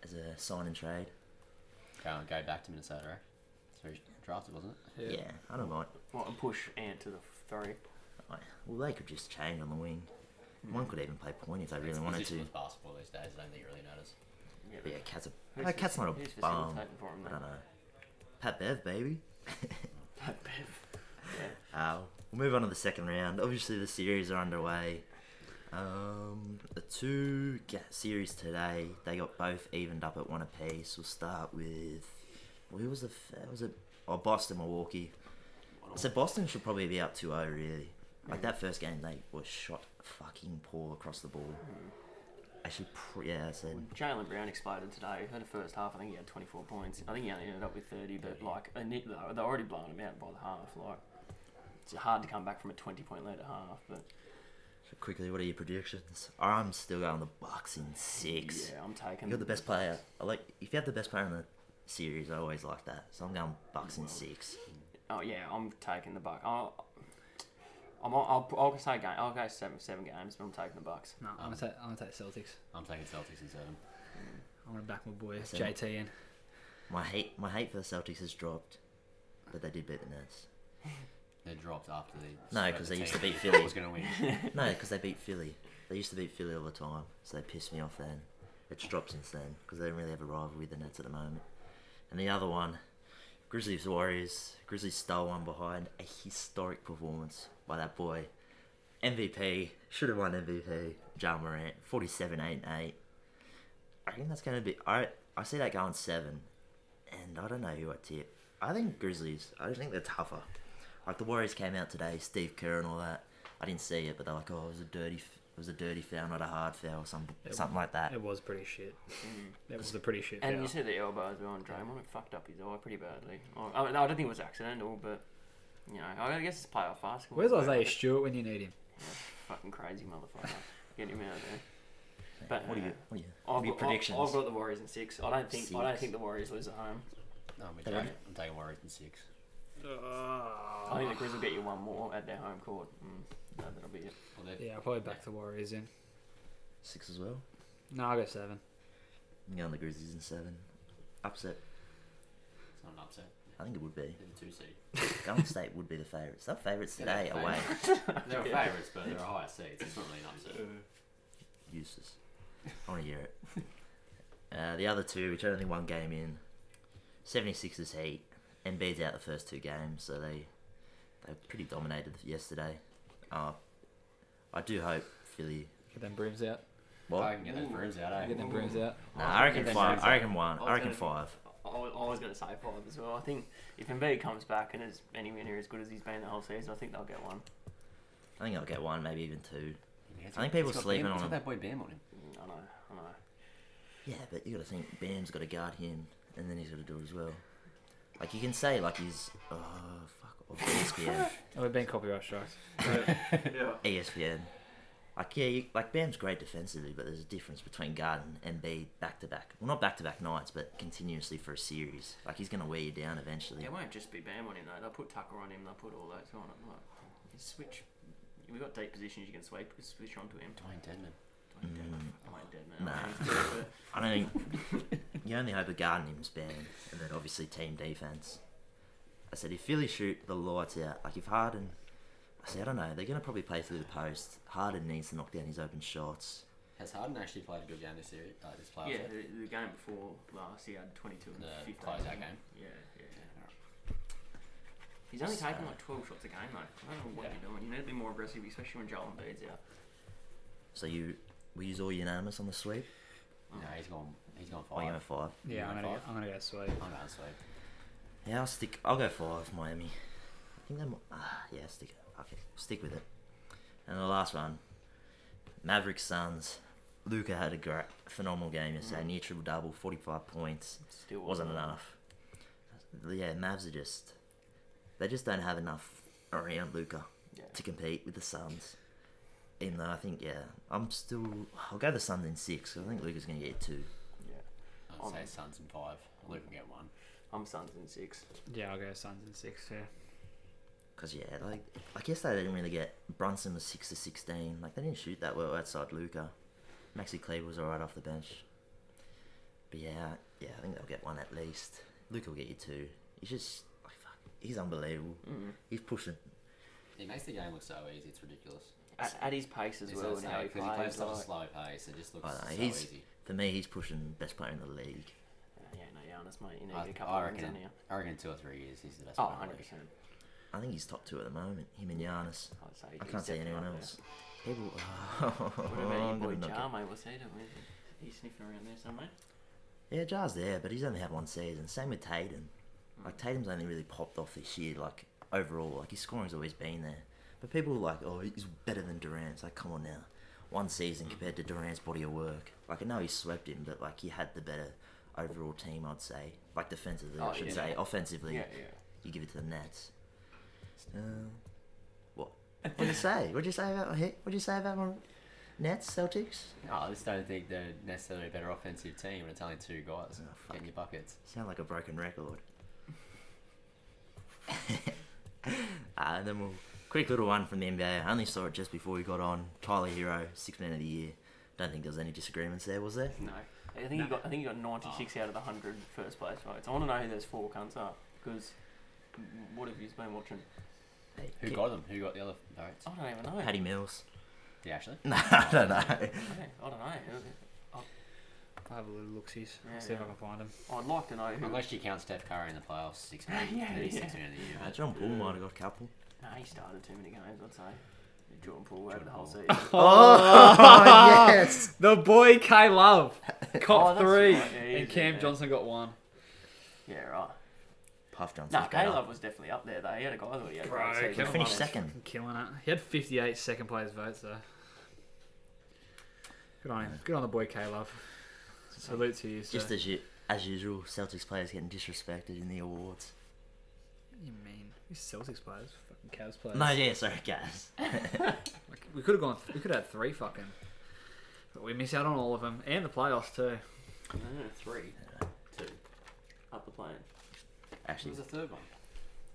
Speaker 2: as a sign and trade.
Speaker 4: Go and go back to Minnesota. Right? So he drafted, wasn't it?
Speaker 2: Yeah, I don't mind.
Speaker 5: Well, and push Ant to the three.
Speaker 2: I- Well, they could just change on the wing.
Speaker 5: Hmm.
Speaker 2: One could even play point if they really wanted to.
Speaker 4: Positionless basketball these days. I don't think you really notice.
Speaker 5: Yeah,
Speaker 2: But yeah,
Speaker 5: but
Speaker 2: Cat's a
Speaker 5: Who's
Speaker 2: no, Cat's
Speaker 5: faci-
Speaker 2: not a
Speaker 5: who's
Speaker 2: bum.
Speaker 5: facilitating for him
Speaker 2: I
Speaker 5: then?
Speaker 2: don't know. Pat Bev, baby.
Speaker 5: yeah.
Speaker 2: Uh, we'll move on to the second round. Obviously, the series are underway. Um, the two ga- series today, they got both evened up at one apiece. We'll start with who was the f- that was it? Oh, Boston, Milwaukee. So Boston should probably be up 2-0, really. Like that first game, they were shot fucking poor across the ball. Actually, pr- yeah, I said
Speaker 5: Jalen Brown exploded today. In the first half, I think he had 24 points. I think he only ended up with 30, but like a nit- they're they're already blowing him out by the half. Like it's hard to come back from a 20 point lead at half, but
Speaker 2: quickly. What are your predictions? I'm still going the Bucks in six.
Speaker 5: yeah, I'm taking.
Speaker 2: You're the best player. I like if you have the best player in the series. I always like that. So I'm going Bucks in six.
Speaker 5: Oh yeah, I'm taking the buck. I'll, I'm, I'll, I'll, I'll say game. I'll go seven seven games, but I'm taking the Bucks.
Speaker 3: No, I'm gonna take I'm gonna take Celtics.
Speaker 4: I'm taking Celtics in seven.
Speaker 3: I'm gonna back my boy
Speaker 2: That's it.
Speaker 3: JT in.
Speaker 2: My hate, my hate for the Celtics has dropped, but they did beat the Nets.
Speaker 4: They dropped after the
Speaker 2: No, 'cause they used to
Speaker 4: team
Speaker 2: beat
Speaker 4: that
Speaker 2: Philly.
Speaker 4: Was going to win.
Speaker 2: No, because they beat Philly. They used to beat Philly all the time, so they pissed me off then. It's dropped since then because they don't really have a rivalry with the Nets at the moment. And the other one, Grizzlies Warriors. Grizzlies stole one behind a historic performance by that boy. MVP should have won MVP. John Morant, 47 8 and 8. I think that's going to be. I I see that going seven, and I don't know who I tip. I think Grizzlies. I just think they're tougher. Like the Warriors came out today, Steve Kerr and all that. I didn't see it, but they're like, oh, it was a dirty, f- it was a dirty foul, not a hard foul, some something like that.
Speaker 3: It was pretty shit.
Speaker 2: mm.
Speaker 3: That was a pretty shit.
Speaker 5: And
Speaker 3: foul.
Speaker 5: you see the elbow as well on Draymond. It fucked up his eye pretty badly. I, I, mean, I don't think it was accidental, but you know, I guess it's playoff basketball.
Speaker 3: Where's
Speaker 5: Like,
Speaker 3: Isaiah Stewart when you need him?
Speaker 5: Fucking crazy motherfucker. Get him out of there. But
Speaker 2: What are you?
Speaker 5: uh,
Speaker 2: What are you?
Speaker 5: I've
Speaker 2: what are your
Speaker 5: got, predictions.
Speaker 2: predictions?
Speaker 5: I've got the Warriors in six. I don't think. I don't
Speaker 2: Six.
Speaker 5: think the Warriors lose at home.
Speaker 4: No, I'm, taking, I'm taking Warriors in six.
Speaker 3: Uh,
Speaker 5: I think the Grizzlies will get you one more at their home court. Mm, no, that'll be it.
Speaker 4: Well, they-
Speaker 3: Yeah, I'll probably back the Warriors in.
Speaker 2: Six as well.
Speaker 3: No, I'll go seven.
Speaker 2: I'm going the Grizzlies in seven. Upset.
Speaker 4: It's not an upset.
Speaker 2: I think it would be.
Speaker 4: They're the two seed.
Speaker 2: Golden State would be the favourites. They're favourites
Speaker 4: Yeah, they're
Speaker 2: today
Speaker 4: the
Speaker 2: away.
Speaker 4: They're
Speaker 5: Yeah.
Speaker 4: favourites, but they're a higher seed. so It's not really an upset.
Speaker 2: Useless. I want to hear it. Uh, the other two, which are only one game in, 76ers Heat. Embiid's out the first two games, so they they pretty dominated yesterday. Uh, I do hope Philly.
Speaker 3: Get them brooms out.
Speaker 2: What?
Speaker 4: I can get those brooms out, eh?
Speaker 3: Get them brooms out.
Speaker 2: Nah, I reckon
Speaker 5: That's
Speaker 2: five.
Speaker 5: exactly-
Speaker 2: I reckon one.
Speaker 5: I was
Speaker 2: I reckon
Speaker 5: gonna-
Speaker 2: five.
Speaker 5: I was, I was going to say five as well. I think if Embiid comes back and is anywhere near as good as he's been the whole season, I think they'll get one.
Speaker 2: I think I'll get one, maybe even two.
Speaker 4: Yeah, it's
Speaker 2: I think
Speaker 4: got-
Speaker 2: people
Speaker 4: it's got
Speaker 2: sleeping
Speaker 4: Bam-
Speaker 2: on
Speaker 4: it's got
Speaker 2: him.
Speaker 4: that boy Bam on him.
Speaker 5: Mm, I know, I know.
Speaker 2: Yeah, but you got to think Bam's got to guard him, and then he's got to do it as well. Like you can say, like he's oh fuck E off ESPN,
Speaker 3: And we've been copyright strikes.
Speaker 2: ESPN. Like yeah, you, like Bam's great defensively, but there's a difference between guard and Embiid back to back. Well, not back to back nights, but continuously for a series. Like he's gonna wear you down eventually.
Speaker 5: It won't just be Bam on him though. They'll put Tucker on him. They'll put all those on him. Like, you switch. We've got deep positions you can sweep. Switch onto him.
Speaker 4: Dwayne Dedman.
Speaker 5: Dwayne Dedman. Dwayne Dedman.
Speaker 2: Nah.
Speaker 5: Nah.
Speaker 2: I don't think you only hope a guard in him's banned, and then obviously team defense. I said if Philly shoot the lights out, like if Harden, I said I don't know, they're gonna probably play through the post. Harden needs to knock down his open shots.
Speaker 4: Has Harden actually played a good game this series? Uh, this playoff?
Speaker 5: Yeah,
Speaker 4: set?
Speaker 5: the, the game before last, he had 22 and
Speaker 4: The
Speaker 5: 15.
Speaker 4: closeout game?
Speaker 5: Yeah, yeah. He's only taking like 12 shots a game though. I don't know what you're doing. You need to be more aggressive, especially when Joel Embiid's out.
Speaker 2: So you, we use all unanimous on the sweep.
Speaker 4: No, he's gone. He's gone
Speaker 2: Oh, you go
Speaker 4: five.
Speaker 2: five.
Speaker 3: Yeah, I'm
Speaker 4: You
Speaker 3: gonna go,
Speaker 4: want
Speaker 3: I'm gonna go sweep.
Speaker 4: I'm going sweep.
Speaker 2: Yeah, I'll stick. I'll go five, Miami. I think I'm. Ah, yeah, stick. Okay, stick with it. And the last one, Mavericks Suns. Luca had a great, phenomenal game yesterday. Near triple double, forty-five points.
Speaker 5: Still
Speaker 2: wasn't
Speaker 5: wasn't
Speaker 2: enough. Yeah, Mavs are just. They just don't have enough around Luca
Speaker 5: Yeah.
Speaker 2: to compete with the Suns. Even though I think, yeah, I'm still. I'll go the Suns in six. 'cause I think Luca's going to get two.
Speaker 5: Yeah.
Speaker 4: I'd say Suns and five. Luke can get one.
Speaker 5: I'm Suns in six.
Speaker 3: Yeah, I'll go Suns in six. Yeah.
Speaker 2: Because yeah, like I guess they didn't really get Brunson was six to sixteen. Like they didn't shoot that well outside Luca. Maxi Kleber was alright off the bench. But yeah, yeah, I think they'll get one at least. Luca will get you two. He's just like fuck. He's unbelievable.
Speaker 4: Mm.
Speaker 2: He's pushing.
Speaker 4: He makes the game look so easy. It's ridiculous.
Speaker 5: At, at his pace as
Speaker 4: It's
Speaker 5: well,
Speaker 4: well,
Speaker 5: and how he
Speaker 4: because he plays
Speaker 5: plays.
Speaker 4: such a
Speaker 5: Like,
Speaker 4: slow pace. It just looks
Speaker 2: I don't know,
Speaker 4: so
Speaker 2: he's
Speaker 4: easy.
Speaker 2: for me. He's pushing best player in the league.
Speaker 5: yeah, no, Giannis, mate. You need
Speaker 4: I,
Speaker 5: a couple
Speaker 4: I
Speaker 5: of wins
Speaker 4: reckon.
Speaker 5: in here.
Speaker 4: I reckon two or three years. He's the best.
Speaker 5: Oh,
Speaker 4: player in the
Speaker 5: 100
Speaker 4: league.
Speaker 5: percent.
Speaker 2: I think he's top two at the moment. Him and Giannis.
Speaker 5: I'd say.
Speaker 2: I
Speaker 5: he's
Speaker 2: can't say
Speaker 5: definitely
Speaker 2: anyone
Speaker 5: up there.
Speaker 2: else. People.
Speaker 5: What about
Speaker 2: I'm
Speaker 5: your
Speaker 2: gonna
Speaker 5: boy
Speaker 2: knock
Speaker 5: Jar,
Speaker 2: it.
Speaker 5: mate? What's he doing? Where's he- He's sniffing around there somewhere.
Speaker 2: Yeah, Jar's there, but he's only had one season. Same with Tatum.
Speaker 5: Hmm.
Speaker 2: Like Tatum's only really popped off this year. Like overall, like his scoring's always been there. But people are like, oh, he's better than Durant. It's like, come on now, one season compared to Durant's body of work. Like I know he swept him, but like he had the better overall team, I'd say. Like defensively,
Speaker 5: Oh,
Speaker 2: I should
Speaker 5: yeah.
Speaker 2: say. Offensively,
Speaker 5: Yeah, yeah.
Speaker 2: you give it to the Nets. Um, what? What'd you say? What'd you say about What'd you say about my Nets Celtics?
Speaker 4: No, I just don't think they're necessarily a better offensive team when it's only two guys
Speaker 2: Oh, fuck.
Speaker 4: getting your buckets.
Speaker 2: Sound like a broken record. uh, and then we'll quick little one from the NBA. I only saw it just before we got on. Tyler Hero, six man of the year. Don't think there was any disagreements there, was there?
Speaker 5: No, I think he got. I think he got 96 out of the 100 first place votes. I want to know who those four cunts are because what have you been watching?
Speaker 2: Hey,
Speaker 4: Who
Speaker 2: Ki-
Speaker 4: got them? Who got the other votes?
Speaker 5: I don't even know.
Speaker 2: Patty Mills.
Speaker 4: Did Ashley?
Speaker 2: No, I don't know.
Speaker 5: Yeah, I don't know.
Speaker 3: I'll have a little look see
Speaker 5: Yeah,
Speaker 3: see if I
Speaker 5: yeah.
Speaker 3: can find him.
Speaker 5: I'd like to know who.
Speaker 4: Unless you count Steph Curry in the playoffs, six man,
Speaker 5: Yeah,
Speaker 4: yeah,
Speaker 5: yeah.
Speaker 4: six man of the year.
Speaker 2: Uh,
Speaker 4: Mate.
Speaker 2: John Paul might have got a couple.
Speaker 5: No, he started too many games. I'd say. Jordan Poole over
Speaker 4: Jordan
Speaker 5: the whole
Speaker 4: Poole.
Speaker 5: season.
Speaker 2: Oh, yes!
Speaker 3: The boy K Love
Speaker 5: Oh,
Speaker 3: caught
Speaker 5: that's right.
Speaker 3: three,
Speaker 5: Yeah, he
Speaker 3: and
Speaker 5: is,
Speaker 3: Cam
Speaker 5: yeah.
Speaker 3: Johnson got one.
Speaker 5: yeah, right.
Speaker 2: Puff Johnson.
Speaker 5: No, Caleb was definitely up there though. He had a guy that he had. a
Speaker 3: Bro,
Speaker 5: great season.
Speaker 3: Caleb
Speaker 2: finished
Speaker 5: One of-
Speaker 2: second.
Speaker 3: Fucking killing it. He had 58 second place votes though. Good on him. Good on the boy K Love. Salute to you, sir.
Speaker 2: Just as you, as usual, Celtics players getting disrespected in the awards.
Speaker 3: you mean these Celtics players, fucking Cavs players.
Speaker 2: No, yeah, sorry, guys.
Speaker 3: Like, we could have gone. We could have had three fucking. But we miss out on all of them and the playoffs too.
Speaker 5: No, Mm, three
Speaker 4: Two.
Speaker 5: up the plane.
Speaker 4: Who's
Speaker 2: Uh, Actually,
Speaker 4: the third one?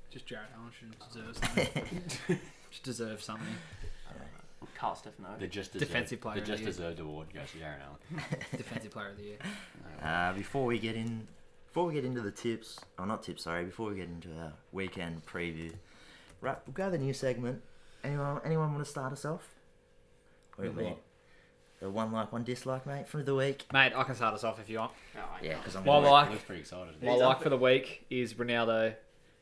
Speaker 3: Just Jared Allen should deserve something. should deserve something.
Speaker 5: Carl Stefano. Oh,
Speaker 4: The just
Speaker 3: Defensive
Speaker 4: deserved,
Speaker 3: player
Speaker 4: The
Speaker 3: of the
Speaker 4: just
Speaker 3: year.
Speaker 4: deserved award goes to Darren Allen.
Speaker 3: Defensive player of the year.
Speaker 2: Uh, before we get in, before we get into the tips, oh not tips, sorry. Before we get into our weekend preview, right? We'll go to the new segment. Anyone, anyone want to start us off? What do you
Speaker 3: With
Speaker 2: mean?
Speaker 3: what?
Speaker 2: The one like, one dislike, mate, from the week.
Speaker 3: Mate, I can start us off if you want.
Speaker 5: No, I
Speaker 2: Yeah,
Speaker 5: can't.
Speaker 2: because I'm.
Speaker 3: My
Speaker 2: gonna-
Speaker 4: I
Speaker 3: like,
Speaker 4: was pretty excited.
Speaker 3: my like for the week is Ronaldo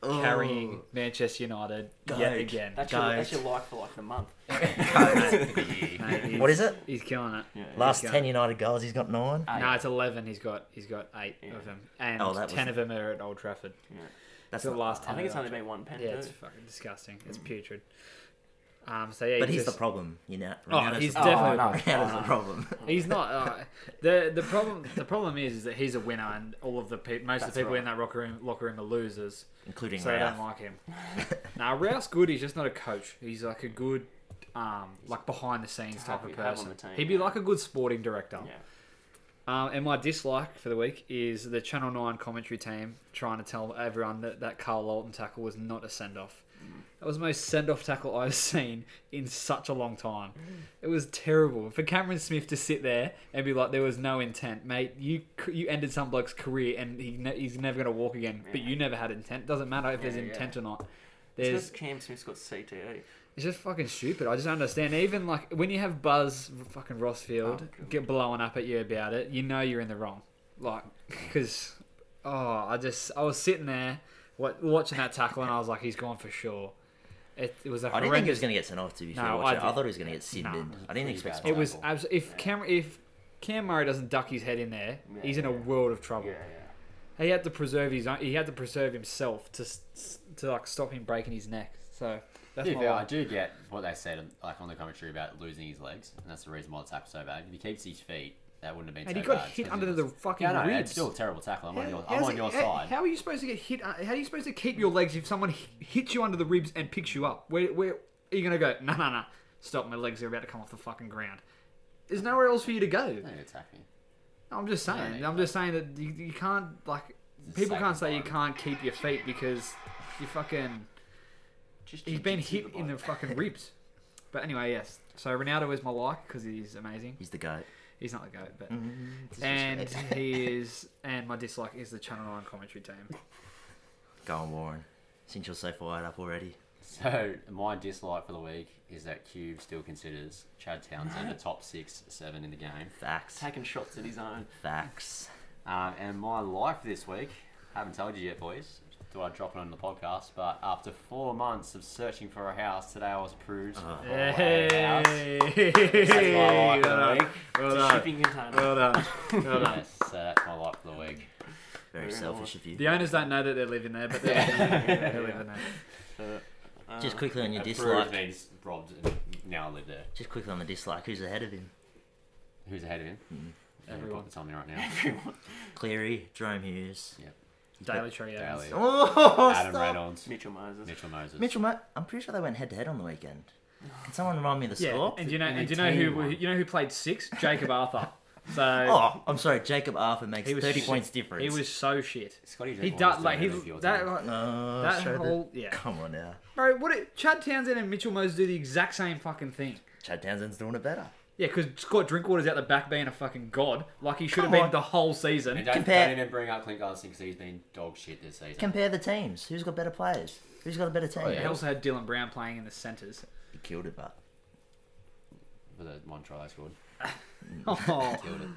Speaker 2: Oh,
Speaker 3: carrying Manchester United yet
Speaker 2: Goat.
Speaker 3: again.
Speaker 5: That's your,
Speaker 2: Guys.
Speaker 5: that's your like for like the month.
Speaker 3: Mate, he's-
Speaker 2: What is it?
Speaker 3: He's killing it.
Speaker 5: Yeah.
Speaker 2: Last
Speaker 3: He's
Speaker 2: ten United goals, he's got nine.
Speaker 5: Eight.
Speaker 3: No, it's eleven. He's got he's got eight
Speaker 5: Yeah.
Speaker 3: of them, and
Speaker 2: Oh, that
Speaker 3: ten
Speaker 2: was-
Speaker 3: of them are at Old Trafford.
Speaker 5: Yeah.
Speaker 2: That's
Speaker 3: the
Speaker 2: not
Speaker 3: last
Speaker 2: bad.
Speaker 5: I
Speaker 3: ten.
Speaker 5: think it's
Speaker 3: at
Speaker 5: only
Speaker 3: Old
Speaker 5: been one pen
Speaker 3: Trafford. Yeah,
Speaker 5: too.
Speaker 3: it's fucking disgusting. It's putrid. Um, so yeah,
Speaker 2: But
Speaker 3: he
Speaker 2: he's the
Speaker 3: just-
Speaker 2: problem, you know.
Speaker 3: Oh, he's
Speaker 2: the-
Speaker 3: definitely-
Speaker 5: no.
Speaker 2: Ronaldo's the problem.
Speaker 3: He's not. Uh, the The problem the problem is, is that he's a winner, and all of the pe- most of
Speaker 5: That's
Speaker 3: the people
Speaker 5: right.
Speaker 3: in that locker room locker room are losers,
Speaker 2: Including
Speaker 3: so I
Speaker 2: Ralph.
Speaker 3: don't like him. now nah, Ralph's good. He's just not a coach. He's like a good, um, like behind the scenes type
Speaker 5: have-
Speaker 3: of
Speaker 5: have on
Speaker 3: person.
Speaker 5: the team,
Speaker 3: He'd be
Speaker 5: yeah.
Speaker 3: like a good sporting director.
Speaker 5: Yeah.
Speaker 3: Um, and my dislike for the week is the Channel 9 commentary team trying to tell everyone that that Carl Alton tackle was not a send off. That was the most send off tackle I've seen in such a long time.
Speaker 5: Mm.
Speaker 3: It was terrible. For Cameron Smith to sit there and be like, there was no intent, mate, you c- you ended some bloke's career and he ne- he's never going to walk again, but
Speaker 5: Yeah.
Speaker 3: you never had intent. Doesn't matter if there's
Speaker 5: Yeah, yeah.
Speaker 3: intent or not.
Speaker 5: It's
Speaker 3: There's,
Speaker 5: because Cam Smith's got E. CTE.
Speaker 3: it's just fucking stupid. I just don't understand. Even like when you have Buzz fucking Rossfield
Speaker 5: Oh, God.
Speaker 3: get blowing up at you about it, you know you're in the wrong. Like, because oh, I just I was sitting there wa- watching that tackle and I was like, he's gone for sure. It, it was a
Speaker 2: I didn't think he was
Speaker 3: horrendous.
Speaker 2: going to get sent off. To be fair,
Speaker 3: No,
Speaker 2: watch
Speaker 3: I
Speaker 2: it. I
Speaker 3: didn't.
Speaker 2: thought he was going to get sin
Speaker 3: No.
Speaker 2: binned. I didn't
Speaker 4: Pretty
Speaker 2: expect.
Speaker 4: bad.
Speaker 2: Sparks.
Speaker 3: It was
Speaker 4: tackle.
Speaker 3: abs- if Cam if Cam Murray doesn't duck his head in there,
Speaker 5: Yeah,
Speaker 3: he's in a
Speaker 5: yeah.
Speaker 3: world of trouble.
Speaker 5: Yeah, yeah.
Speaker 3: He had to preserve his own, he had to preserve himself to s- s- to like stop him breaking his neck. So that's
Speaker 4: To be
Speaker 3: my
Speaker 4: fair, I
Speaker 3: one.
Speaker 4: do get what they said, on- like on the commentary about losing his legs, and that's the reason why the tackle's so bad. If he keeps his feet, that wouldn't have been.
Speaker 3: And
Speaker 4: so
Speaker 3: he got
Speaker 4: bad
Speaker 3: hit
Speaker 4: 'cause
Speaker 3: under
Speaker 4: it
Speaker 3: the
Speaker 4: was-
Speaker 3: fucking
Speaker 4: Yeah, no,
Speaker 3: ribs.
Speaker 4: it's still a terrible tackle. I'm on your, I'm
Speaker 3: how's
Speaker 4: on
Speaker 3: it-
Speaker 4: your
Speaker 3: how-
Speaker 4: side.
Speaker 3: How are you supposed to get hit? uh, How are you supposed to keep your legs if someone h- hits you under the ribs and picks you up? Where, where are you going to go? No, no, no. Stop, my legs are about to come off the fucking ground. There's nowhere else for you to go.
Speaker 4: Don't attack me.
Speaker 3: I'm just saying.
Speaker 4: Yeah.
Speaker 3: I'm just saying that you, you can't like
Speaker 4: It's a
Speaker 3: people
Speaker 4: safe
Speaker 3: can't say you can't
Speaker 4: environment.
Speaker 3: keep your feet because you fucking
Speaker 5: Just
Speaker 3: he's been hit in the fucking ribs. But anyway, yes. So Ronaldo is my like because he's amazing.
Speaker 2: He's the goat.
Speaker 3: He's not the goat, but
Speaker 4: Mm.
Speaker 3: Mm-hmm. and he is. And my dislike is the Channel Nine commentary team.
Speaker 2: Go on, Warren. Since you're so fired up already.
Speaker 4: So my dislike for the week is that Cube still considers Chad Townsend a top six, seven in the game.
Speaker 2: Facts.
Speaker 5: taking shots at his own.
Speaker 2: Facts.
Speaker 4: Um, and my life this week, haven't told you yet, boys. Thought I'd drop it on the podcast, but after four months of searching for a house, today I was approved. for a house. That's my
Speaker 3: Hey,
Speaker 4: life for the week.
Speaker 3: well
Speaker 5: It's
Speaker 4: uh,
Speaker 5: a
Speaker 3: done,
Speaker 5: shipping container.
Speaker 3: well done. Well done.
Speaker 4: Yes, so that's my life for the week.
Speaker 2: Very
Speaker 5: Very
Speaker 2: selfish of you.
Speaker 3: The owners don't know that they're living there, but they're, they're living there.
Speaker 5: Uh,
Speaker 2: Just quickly on your
Speaker 4: Approved
Speaker 2: dislike.
Speaker 4: means robbed and now I live there.
Speaker 2: Just quickly on the dislike. Who's ahead of him?
Speaker 4: Who's ahead of him?
Speaker 3: Everyone.
Speaker 4: Everyone. It's on me right now.
Speaker 5: Everyone.
Speaker 2: Cleary, Jerome Hughes.
Speaker 4: Yep.
Speaker 3: Daily Tree Evans.
Speaker 4: Daly,
Speaker 2: Oh,
Speaker 4: Adam
Speaker 2: stop.
Speaker 4: Reynolds,
Speaker 5: Mitchell Moses.
Speaker 4: Mitchell Moses.
Speaker 2: Mitchell, mate, I'm pretty sure they went head to head on the weekend. Can someone remind me of the
Speaker 3: Yeah,
Speaker 2: score?
Speaker 3: and you know,
Speaker 4: And
Speaker 3: and
Speaker 4: they
Speaker 3: you know
Speaker 4: team
Speaker 3: who
Speaker 4: one.
Speaker 3: you know who played six? Jacob Arthur. So
Speaker 2: Oh, I'm sorry. Jacob Arthur makes
Speaker 3: he was
Speaker 2: 30
Speaker 3: shit.
Speaker 2: points difference.
Speaker 3: He was so shit.
Speaker 4: Scotty
Speaker 3: He
Speaker 4: Drew
Speaker 3: does like he
Speaker 4: your
Speaker 3: that
Speaker 4: team.
Speaker 3: like,
Speaker 2: No,
Speaker 3: That
Speaker 2: Oh, show the-
Speaker 3: whole- yeah.
Speaker 2: Come on now.
Speaker 3: bro. What it, Chad Townsend and Mitchell Moses do the exact same fucking thing.
Speaker 2: Chad Townsend's doing it better.
Speaker 3: Yeah, because Scott Drinkwater's out the back being a fucking god, like he should have
Speaker 2: Come
Speaker 3: been
Speaker 2: on.
Speaker 3: the whole
Speaker 4: And
Speaker 3: season.
Speaker 4: don't,
Speaker 2: Compare-
Speaker 4: don't even bring up Clint Garson because he's been dog shit this season.
Speaker 2: Compare the teams. Who's got better players? Who's got a better team?
Speaker 3: They also had Dylan Brown playing in the centres.
Speaker 2: He killed it, but.
Speaker 4: For the one try I scored.
Speaker 3: Oh,
Speaker 4: Killed it.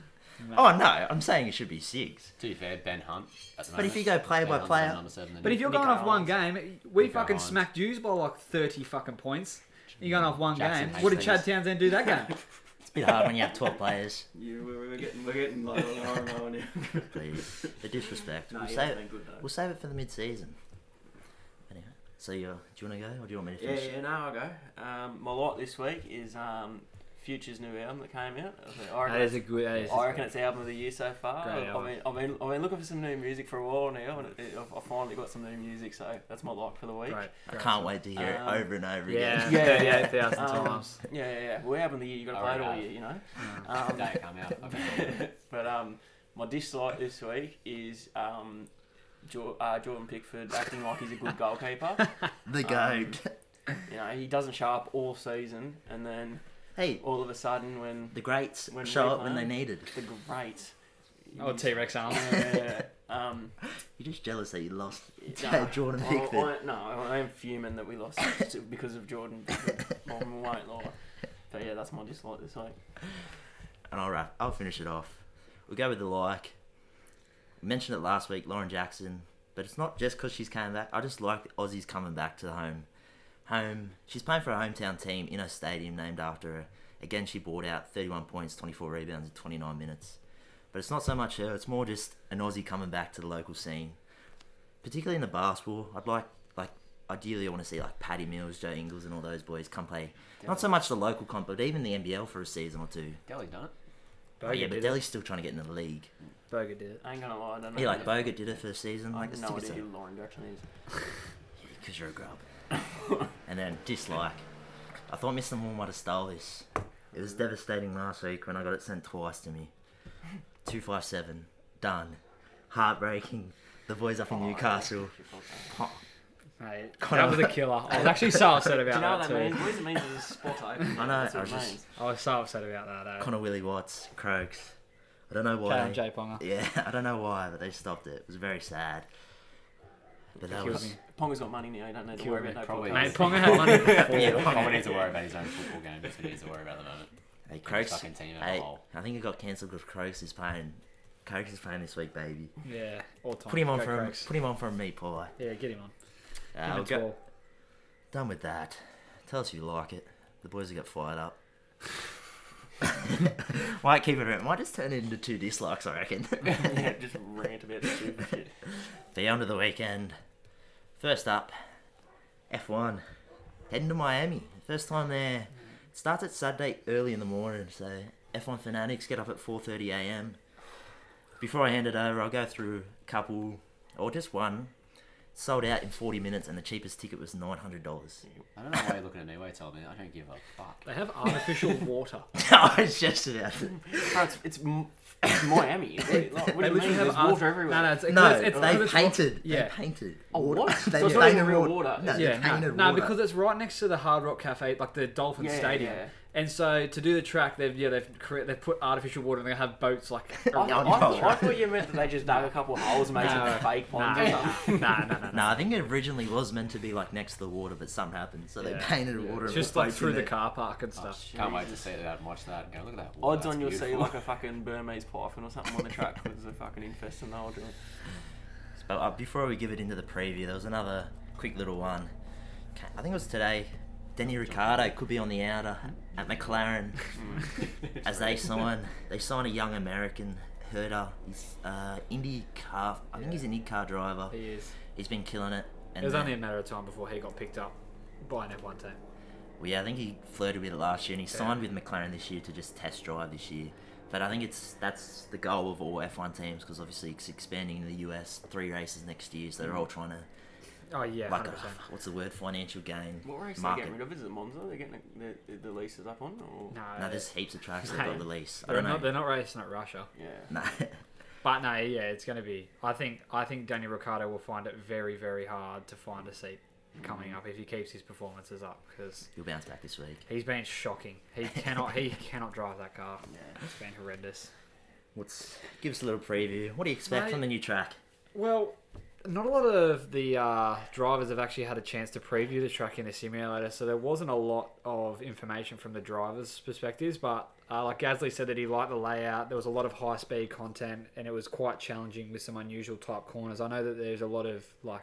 Speaker 2: Oh, no. I'm saying it should be six.
Speaker 4: To be fair, Ben Hunt. At the
Speaker 2: But if
Speaker 4: moment,
Speaker 2: you go player
Speaker 4: Ben
Speaker 2: by
Speaker 4: Hunt's
Speaker 2: player-
Speaker 4: the number seven in
Speaker 3: but
Speaker 4: the-
Speaker 3: if you're
Speaker 5: Nico
Speaker 3: going off one
Speaker 5: Hines.
Speaker 3: game, we
Speaker 4: Nico
Speaker 3: fucking
Speaker 4: Hines.
Speaker 3: smacked Jews by like thirty fucking points. You're going off one
Speaker 4: Jackson
Speaker 3: game. What did Chad
Speaker 4: Hastings.
Speaker 3: Townsend do that game?
Speaker 2: It's a bit hard when you have 12 players.
Speaker 5: You, we're, we're getting, we're getting low on our own now.
Speaker 2: The, the disrespect.
Speaker 5: No,
Speaker 2: we'll,
Speaker 5: he
Speaker 2: save
Speaker 5: hasn't
Speaker 2: it.
Speaker 5: been good, though.
Speaker 2: we'll save it for the mid season. Anyway, so you're, do you want to go or do you want me to
Speaker 5: Yeah,
Speaker 2: finish?
Speaker 5: yeah, no, I'll go. Um, my lot this week is um, Future's new album that came out. I reckon,
Speaker 3: That is a good. that is
Speaker 5: I reckon it's album of the year so far.
Speaker 3: Great
Speaker 5: I
Speaker 3: album.
Speaker 5: mean, I've been, I've been looking for some new music for a while now, and it, it, I've- I've finally got some new music, so that's my lot for the week.
Speaker 3: great.
Speaker 2: I can't wait to hear
Speaker 5: Um,
Speaker 2: it over and over
Speaker 3: Yeah,
Speaker 2: again.
Speaker 5: Yeah.
Speaker 3: yeah, yeah, a thousand
Speaker 5: Um,
Speaker 3: times.
Speaker 5: Yeah, yeah, yeah. Well, album of the year, you got to play
Speaker 4: I
Speaker 5: it all
Speaker 4: have.
Speaker 5: year, you know? Um,
Speaker 2: Um,
Speaker 4: The day it come out. I can tell you.
Speaker 5: but um, my dislike this week is um, jo- uh, Jordan Pickford acting like he's a good goalkeeper.
Speaker 2: The
Speaker 5: Um,
Speaker 2: goat.
Speaker 5: You know, he doesn't show up all season, and then
Speaker 2: hey,
Speaker 5: all of a sudden, when
Speaker 2: the greats
Speaker 5: when
Speaker 2: show
Speaker 5: we
Speaker 2: up when
Speaker 5: play-
Speaker 2: they needed.
Speaker 5: the great.
Speaker 3: Oh, T Rex arm.
Speaker 5: Yeah, um,
Speaker 2: You're just jealous that you lost
Speaker 5: no,
Speaker 2: to Jordan
Speaker 5: I-
Speaker 2: Pickford.
Speaker 5: I, no, I am fuming that we lost just because of Jordan. Pickford. I won't lie. But yeah, that's my dislike this week.
Speaker 2: and I'll wrap. I'll finish it off. We'll go with the like. We mentioned it last week, Lauren Jackson, but it's not just because she's coming back. I just like that Aussie's coming back to the home. Home. She's playing for a hometown team in a stadium named after her. Again, she brought out 31 points, 24 rebounds in 29 minutes. But it's not so much her. It's more just an Aussie coming back to the local scene, particularly in the basketball. I'd like like. Ideally, I want to see like Paddy Mills, Joe Ingles, and all those boys come play. Not so much the local comp, but even the NBL for a season or two.
Speaker 4: Delhi done it.
Speaker 2: Oh, yeah,
Speaker 3: Bogut
Speaker 2: but
Speaker 3: did it.
Speaker 2: Delhi's still trying to get in the league.
Speaker 3: Bogut did it.
Speaker 5: I ain't gonna lie, I don't know.
Speaker 2: Yeah, like Bogut did it for a season.
Speaker 5: I
Speaker 2: Like,
Speaker 5: have
Speaker 2: it's
Speaker 5: no
Speaker 2: because
Speaker 5: idea who Lauren Jackson is.
Speaker 2: you're a grub. and then dislike. I thought Mr. Moore might have stole this. It was devastating last week when I got it sent twice to me. 257. Done. Heartbreaking. The boys up in Newcastle.
Speaker 3: Mate,
Speaker 2: Connor-
Speaker 3: that was a killer. I was actually so upset
Speaker 5: Do
Speaker 3: about
Speaker 5: you know what
Speaker 3: that too.
Speaker 5: that means? What does it mean is a spot open.
Speaker 2: I know,
Speaker 5: That's what
Speaker 2: I was
Speaker 5: it
Speaker 2: just-
Speaker 5: means.
Speaker 3: I was so upset about that. Eh?
Speaker 2: Connor Willie Watts. Croaks. I don't know
Speaker 3: Damn,
Speaker 2: why.
Speaker 3: Jay Ponga.
Speaker 2: yeah, I don't know why, but they stopped it. It was very sad. But that
Speaker 3: Kills
Speaker 2: was.
Speaker 3: me.
Speaker 5: Ponga's got money now, you don't need to
Speaker 4: Killed
Speaker 5: worry
Speaker 4: me,
Speaker 5: about no
Speaker 4: probably.
Speaker 5: podcast.
Speaker 3: Mate, Ponga had money before.
Speaker 2: Yeah,
Speaker 4: Common needs to worry about his own football game. That's what he needs to worry about at the moment.
Speaker 2: Hey, Croaks.
Speaker 4: fucking team
Speaker 2: Hey,
Speaker 4: overhaul.
Speaker 2: I think it got cancelled because Croaks is playing. Croaks is playing this week, baby.
Speaker 3: Yeah, all time.
Speaker 2: Put him on
Speaker 3: Go
Speaker 2: for a,
Speaker 3: Craigs.
Speaker 2: put him on for a meat pie.
Speaker 3: Yeah, get him on.
Speaker 2: Uh,
Speaker 3: Give him a
Speaker 2: we'll go-
Speaker 3: twirl.
Speaker 2: done with that. Tell us if you like it. The boys have got fired up. Might keep it. Might just turn it into two dislikes, I reckon.
Speaker 5: yeah, just rant about the stupid shit.
Speaker 2: Beyond of the weekend. First up, F1. Heading to Miami. First time there. It starts at Saturday early in the morning, so F1 fanatics, get up at 4:30 a.m. Before I hand it over, I'll go through a couple or just one. Sold out in 40 minutes, and the cheapest ticket was $900.
Speaker 4: I don't know why you're looking at me. Wait, tell me. I don't give a fuck.
Speaker 3: They have artificial water.
Speaker 2: I was just about to.
Speaker 5: Bro, it's, it's M- Miami. Like, what do you mean?
Speaker 3: They literally have
Speaker 5: There's
Speaker 3: art-
Speaker 5: water everywhere.
Speaker 3: No, no, it's,
Speaker 2: No,
Speaker 3: it's, it's,
Speaker 2: they
Speaker 3: because it's wa-
Speaker 2: painted.
Speaker 3: Yeah.
Speaker 2: They painted.
Speaker 5: Oh, what?
Speaker 2: They
Speaker 5: So it's not even
Speaker 2: painted
Speaker 5: real
Speaker 2: water.
Speaker 5: water,
Speaker 2: No,
Speaker 5: it's
Speaker 2: they
Speaker 3: Yeah, no,
Speaker 2: painted
Speaker 3: no,
Speaker 2: water.
Speaker 3: because it's right next to the Hard Rock Cafe, like the Dolphin
Speaker 5: Yeah, yeah,
Speaker 3: Stadium.
Speaker 5: yeah.
Speaker 3: And so to do the track, they've yeah they've cre- they've put artificial water and they have boats like.
Speaker 5: I,
Speaker 3: around-
Speaker 2: Yeah,
Speaker 5: I, thought, I
Speaker 2: right.
Speaker 5: thought you meant that they just dug a couple of holes, made
Speaker 3: No.
Speaker 5: some fake ponds or something.
Speaker 3: nah, nah, nah, nah,
Speaker 2: No, I think it originally was meant to be like next to the water, but something happened, so they
Speaker 3: Yeah.
Speaker 2: painted water. and
Speaker 3: Just
Speaker 2: put
Speaker 3: like
Speaker 2: boats in
Speaker 3: through the
Speaker 2: there. Oh,
Speaker 3: car park and stuff.
Speaker 4: Can't wait to see that and watch that and go, look at that. Wall,
Speaker 5: Odds
Speaker 4: that's
Speaker 5: on you'll see
Speaker 4: beautiful.
Speaker 5: like a fucking Burmese python or something on the track because they're fucking infesting the whole joint.
Speaker 2: But uh, before we give it into the preview, there was another quick little one. Ca- I think it was today. Denny Ricardo could be on the outer at McLaren as they sign. They sign a young American herder. He's uh, Indy car. I think he's an Indy car driver.
Speaker 3: He is.
Speaker 2: He's been killing it. And
Speaker 3: It was
Speaker 2: then-
Speaker 3: only a matter of time before he got picked up by an F1 team.
Speaker 2: Well, yeah, I think he flirted with it last year, and he signed with McLaren this year to just test drive this year. But I think it's that's the goal of all F1 teams because obviously it's expanding in the US. Three races next year, so they're all trying to
Speaker 3: Oh yeah,
Speaker 2: like
Speaker 3: hundred
Speaker 2: a,
Speaker 3: percent.
Speaker 2: what's the word? Financial gain.
Speaker 5: What race are they
Speaker 2: market.
Speaker 5: getting rid of? Is it Monza? They're getting the, the, the leases up on? Or?
Speaker 2: No,
Speaker 3: No,
Speaker 2: there's heaps of tracks that
Speaker 3: Nah.
Speaker 2: got released. I
Speaker 3: they're
Speaker 2: don't
Speaker 3: not.
Speaker 2: know.
Speaker 3: They're not racing at Russia.
Speaker 5: Yeah.
Speaker 2: Nah.
Speaker 3: But no, yeah, it's going to be. I think. I think Danny Ricciardo will find it very, very hard to find a seat coming
Speaker 2: Mm.
Speaker 3: up if he keeps his performances up because
Speaker 2: You'll bounce back this week.
Speaker 3: he's been shocking. He cannot. he cannot drive that car. It's been horrendous.
Speaker 2: What's give us a little preview? What do you expect
Speaker 3: Mate.
Speaker 2: from the new track?
Speaker 3: Well, not a lot of the uh, drivers have actually had a chance to preview the track in the simulator, so there wasn't a lot of information from the drivers' perspectives. But uh, like Gasly said, that he liked the layout. There was a lot of high speed content, and it was quite challenging with some unusual type corners. I know that there's a lot of like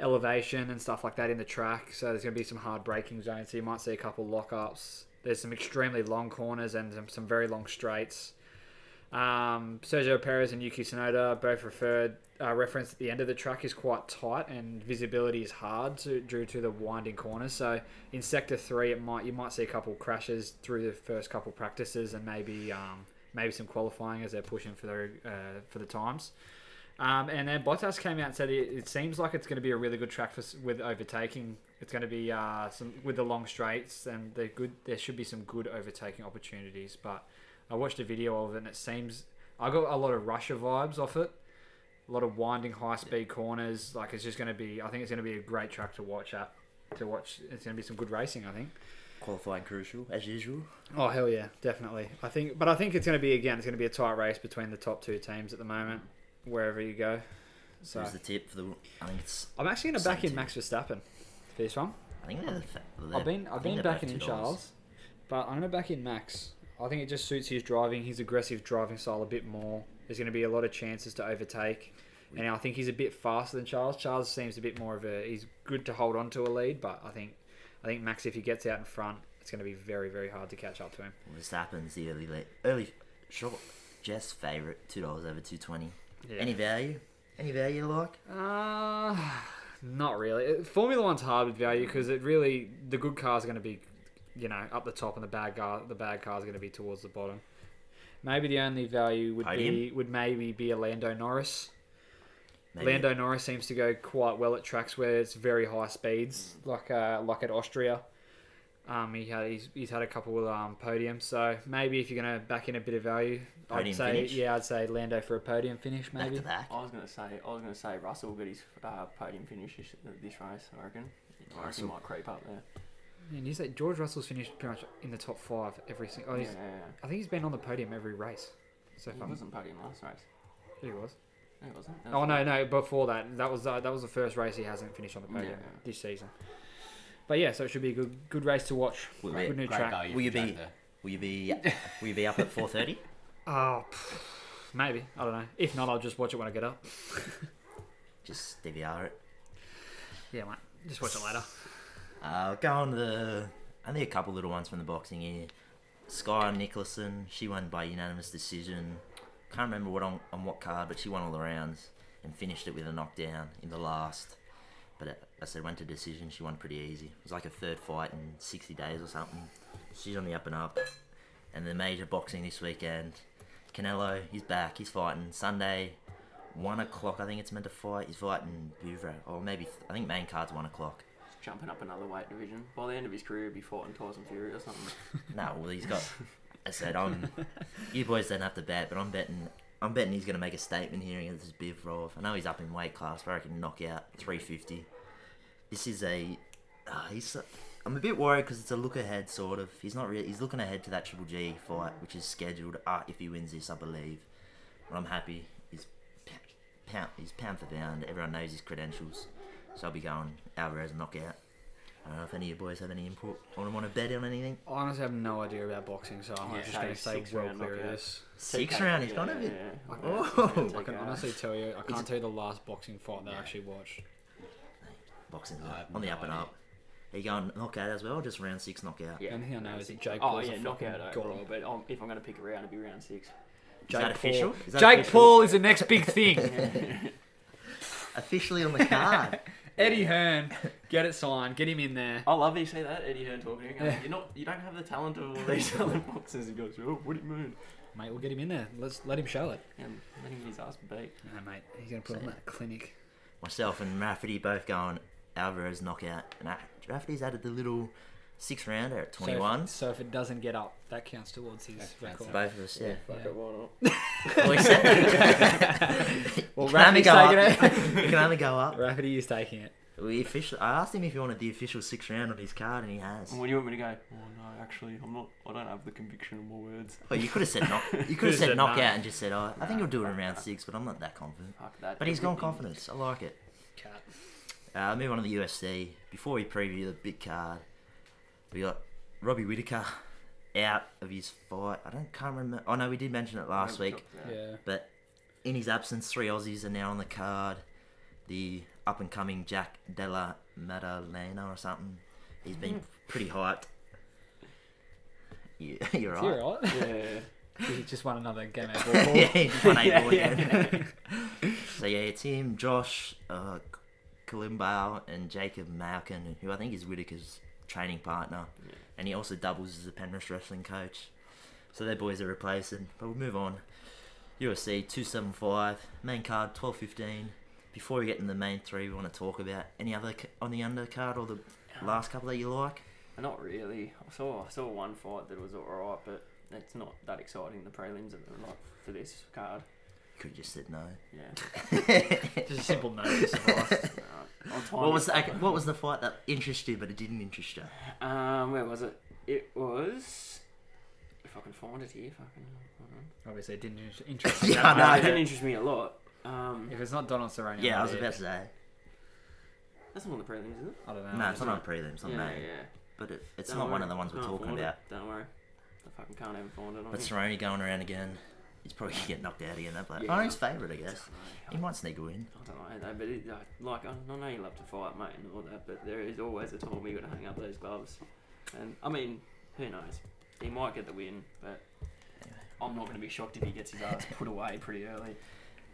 Speaker 3: elevation and stuff like that in the track, so there's going to be some hard braking zones. So you might see a couple lockups. There's some extremely long corners and some, some very long straights. Um, Sergio Perez and Yuki Tsunoda both referred uh, referenced that the end of the track is quite tight and visibility is hard to, due to the winding corners. So in sector three, it might you might see a couple crashes through the first couple practices and maybe um, maybe some qualifying as they're pushing for their uh, for the times. Um, and then Bottas came out and said it, it seems like it's going to be a really good track for s- with overtaking. It's going to be uh, some with the long straights and the good. There should be some good overtaking opportunities. But I watched a video of it and it seems I got a lot of Russia vibes off it. A lot of winding high speed corners. Like it's just going to be. I think it's going to be a great track to watch at. To watch, it's going to be some good racing. I think.
Speaker 2: Qualifying crucial as usual.
Speaker 3: Oh hell yeah, definitely. I think, but I think it's going to be again. It's going to be a tight race between the top two teams at the moment, wherever you go. So
Speaker 2: Here's the tip for the. I think it's.
Speaker 3: I'm actually going to back
Speaker 2: Same
Speaker 3: in
Speaker 2: team.
Speaker 3: Max Verstappen for this one.
Speaker 2: I think they're. the fa-
Speaker 3: I've
Speaker 2: they're-
Speaker 3: been
Speaker 2: I
Speaker 3: I've
Speaker 2: think
Speaker 3: been
Speaker 2: they're both
Speaker 3: backing in
Speaker 2: two dollars.
Speaker 3: Charles, but I'm going to back in Max. I think it just suits his driving, his aggressive driving style a bit more. There's going to be a lot of chances to overtake, and I think he's a bit faster than Charles. Charles seems a bit more of a he's good to hold on to a lead, but I think I think Max if he gets out in front, it's going to be very very hard to catch up to him.
Speaker 2: Well, This happens the early late early short. Jess favorite two dollars over two twenty.
Speaker 3: Yeah.
Speaker 2: Any value? Any value you like?
Speaker 3: Uh, not really. It- Formula One's hard with value because it really the good car's going to be, you know, up the top, and the bad car the bad car's going to be towards the bottom. Maybe the only value would be
Speaker 2: Podium?
Speaker 3: would maybe be a Lando Norris.
Speaker 2: Maybe.
Speaker 3: Lando Norris seems to go quite well at tracks where it's very high speeds, like uh, like at Austria. Um, he had he's, he's had a couple of um, podiums, so maybe if you're going to back in a bit of value, I'd
Speaker 2: Podium
Speaker 3: say
Speaker 2: finish?
Speaker 3: yeah, I'd say Lando for a podium finish
Speaker 2: back
Speaker 3: maybe.
Speaker 2: to back.
Speaker 5: I was gonna say, I was gonna say Russell will get his uh, podium finish this, this race. I reckon. I reckon
Speaker 2: Russell.
Speaker 5: he might creep up there.
Speaker 3: And you say George Russell's finished pretty much in the top five every single. Oh,
Speaker 5: Yeah,
Speaker 3: he's,
Speaker 5: yeah, yeah.
Speaker 3: I think he's been on the podium every race. So
Speaker 5: He
Speaker 3: far,
Speaker 5: wasn't podium last race.
Speaker 3: he was.
Speaker 5: No, He wasn't.
Speaker 3: Oh no, no! Before that, that was uh, that was the first race he hasn't finished on the podium
Speaker 5: Yeah.
Speaker 3: this season. But yeah, so it should be a good good race to watch.
Speaker 2: Will
Speaker 3: good
Speaker 2: be-
Speaker 3: new
Speaker 4: Great
Speaker 3: track.
Speaker 4: value
Speaker 2: Will you
Speaker 4: for Jack
Speaker 2: be?
Speaker 4: there.
Speaker 2: Will you be? Will you be up at four thirty?
Speaker 3: Oh, pff, maybe I don't know. If not, I'll just watch it when I get up.
Speaker 2: Just DVR it.
Speaker 3: Yeah, mate. Just watch it later.
Speaker 2: Uh, go on to the only a couple little ones from the boxing here. Sky Nicholson, she won by unanimous decision. Can't remember what on, on what card, but she won all the rounds and finished it with a knockdown in the last. But it, as they went to decision, she won pretty easy. It was like a third fight in 60 days or something. She's on the up and up. And the major boxing this weekend. Canelo, he's back. He's fighting Sunday, one o'clock. I think it's meant to fight. He's fighting Buvra, or maybe I think main card's one o'clock.
Speaker 5: Just jumping up another weight division. By the end of his career, he'd be fighting Tyson Fury or something.
Speaker 2: No, well he's got. I said I'm. You boys don't have to bet, but I'm betting. I'm betting he's gonna make a statement here against this Bivrov. I know he's up in weight class, but I reckon knock out 350. This is a. Uh, he's. I'm a bit worried because it's a look ahead sort of. He's not really. He's looking ahead to that Triple G fight, which is scheduled. Uh, if he wins this, I believe. But I'm happy. He's pound. pound he's pound for pound. Everyone knows his credentials, so I'll be going Alvarez knockout. I don't know if any of you boys have any input or want to bet on anything.
Speaker 3: I honestly have no idea about boxing, so I'm
Speaker 5: Yeah,
Speaker 3: just going to
Speaker 5: six-
Speaker 3: say
Speaker 5: six
Speaker 3: well
Speaker 5: round
Speaker 3: clear of
Speaker 5: knockout.
Speaker 3: this.
Speaker 2: Six
Speaker 5: TKO,
Speaker 2: round, he's
Speaker 5: yeah,
Speaker 2: gone a bit.
Speaker 5: yeah, yeah.
Speaker 2: Oh.
Speaker 5: Yeah,
Speaker 3: I can
Speaker 5: TKO.
Speaker 3: honestly tell you, I can't
Speaker 2: it-
Speaker 3: tell you the last boxing fight that I actually watched.
Speaker 2: Boxing's
Speaker 4: I have
Speaker 2: on the
Speaker 4: no
Speaker 2: up and
Speaker 4: idea.
Speaker 2: up. Are you going knockout as well, or just round six knockout?
Speaker 5: Yeah.
Speaker 3: And here now is
Speaker 5: Six.
Speaker 3: Jake
Speaker 5: Oh,
Speaker 3: Paul's a
Speaker 5: yeah,
Speaker 3: fucking
Speaker 5: knockout
Speaker 3: god.
Speaker 5: overall, but um, if I'm going to pick a round, it'd be round six.
Speaker 3: Jake
Speaker 2: that official?
Speaker 3: Paul.
Speaker 2: Is that
Speaker 3: Jake
Speaker 2: official?
Speaker 3: Paul is the next big thing.
Speaker 2: Officially on the card.
Speaker 3: Eddie Hearn, get it signed, get him in there.
Speaker 5: I love that you say that, Eddie Hearn talking. Um,
Speaker 3: Yeah.
Speaker 5: You're not, you don't have the talent of all these other boxers. He goes, oh, what do you mean?
Speaker 3: Mate, we'll get him in there. Let's let him show it.
Speaker 5: And let him get his ass beat.
Speaker 3: No, mate, he's going to put on that clinic.
Speaker 2: Myself and Rafferty both going Alvarez knockout, and I- Rafferty's added the little six rounder at
Speaker 3: So if-
Speaker 2: 21.
Speaker 3: So if, it doesn't get up, that counts towards his record.
Speaker 2: both of us, yeah.
Speaker 5: Fuck
Speaker 3: Yeah.
Speaker 5: it, why not?
Speaker 2: Well, he said-
Speaker 3: Well,
Speaker 2: You can only
Speaker 3: Rafferty's
Speaker 2: go up.
Speaker 3: taking
Speaker 2: You can only go up.
Speaker 3: Rafferty is taking it.
Speaker 2: We officially, I asked him if he wanted the official six round on his card, and he has.
Speaker 5: And what do you want me to go? Oh no, actually, I'm not. I don't have the conviction of my words.
Speaker 2: Well, you could have said knock. You could
Speaker 3: Could've
Speaker 2: have said
Speaker 3: said
Speaker 2: knockout
Speaker 3: no.
Speaker 2: and just said, oh, I think he'll do it in round six, but I'm not that confident.
Speaker 5: Fuck that.
Speaker 2: But he's gone
Speaker 5: Everything-
Speaker 2: confidence. I like it.
Speaker 3: Cat.
Speaker 2: Uh, move on to the UFC. Before we preview the big card, we got Robbie Whitaker out of his fight. I don't can't remember. Oh no, we did mention it last week.
Speaker 3: Yeah.
Speaker 2: But in his absence, three Aussies are now on the card. The up and coming Jack Della Maddalena or something. He's been pretty hyped. You, you're
Speaker 3: Is
Speaker 2: right.
Speaker 3: he alright?
Speaker 5: Yeah.
Speaker 3: he just won another game out of ball.
Speaker 2: yeah, he's won eight
Speaker 5: Yeah,
Speaker 2: more
Speaker 5: yeah,
Speaker 2: again. so yeah, it's him, Josh, uh, Kalimbaugh, and Jacob Malkin, who I think is Whitaker's training partner,
Speaker 5: Yeah.
Speaker 2: and he also doubles as the Penrith wrestling coach. So their boys are replacing. But we'll move on. UFC 275 main card 12:15. Before we get into the main three, we want to talk about any other c- on the undercard or the last couple that you like.
Speaker 5: Not really. I saw I saw one fight that was alright, but it's not that exciting. The prelims at the like for this card.
Speaker 2: Could have just said no.
Speaker 5: Yeah.
Speaker 3: Just a simple notice.
Speaker 5: Alright. On time.
Speaker 2: What was the, okay, what was the fight that interested you but it didn't interest you?
Speaker 5: Um, where was it? It was. If I can find it here, fucking. hold on.
Speaker 3: Obviously, it didn't inter- interest me.
Speaker 2: Yeah, I
Speaker 3: that
Speaker 2: know.
Speaker 5: Uh,
Speaker 3: much.
Speaker 5: it didn't interest me a lot. Um,
Speaker 3: If it's not Donald Cerrone,
Speaker 2: Yeah, I
Speaker 3: I'm
Speaker 2: was
Speaker 3: dead.
Speaker 2: about to say.
Speaker 5: that's not on the prelims, is it?
Speaker 3: I don't know.
Speaker 2: No, it's not on prelims, on
Speaker 5: uh, yeah,
Speaker 2: main.
Speaker 5: yeah.
Speaker 2: But it, it's
Speaker 5: Don't
Speaker 2: not one
Speaker 5: worry.
Speaker 2: of the ones we're
Speaker 5: Can't
Speaker 2: talking
Speaker 5: find it.
Speaker 2: about.
Speaker 5: Don't worry. I fucking can't even find it. On
Speaker 2: But
Speaker 5: here.
Speaker 2: Cerrone going around again. He's probably going to get knocked out again. That bloke.
Speaker 5: Yeah.
Speaker 2: Oh, he's favourite, I guess.
Speaker 5: I
Speaker 2: He might sneak a win.
Speaker 5: don't know, though, but it, uh, like I, I know you love to fight, mate, and all that, but there is always a time where you got to hang up those gloves. And I mean, who knows? He might get the win, but I'm not going to be shocked if he gets his ass put away pretty early.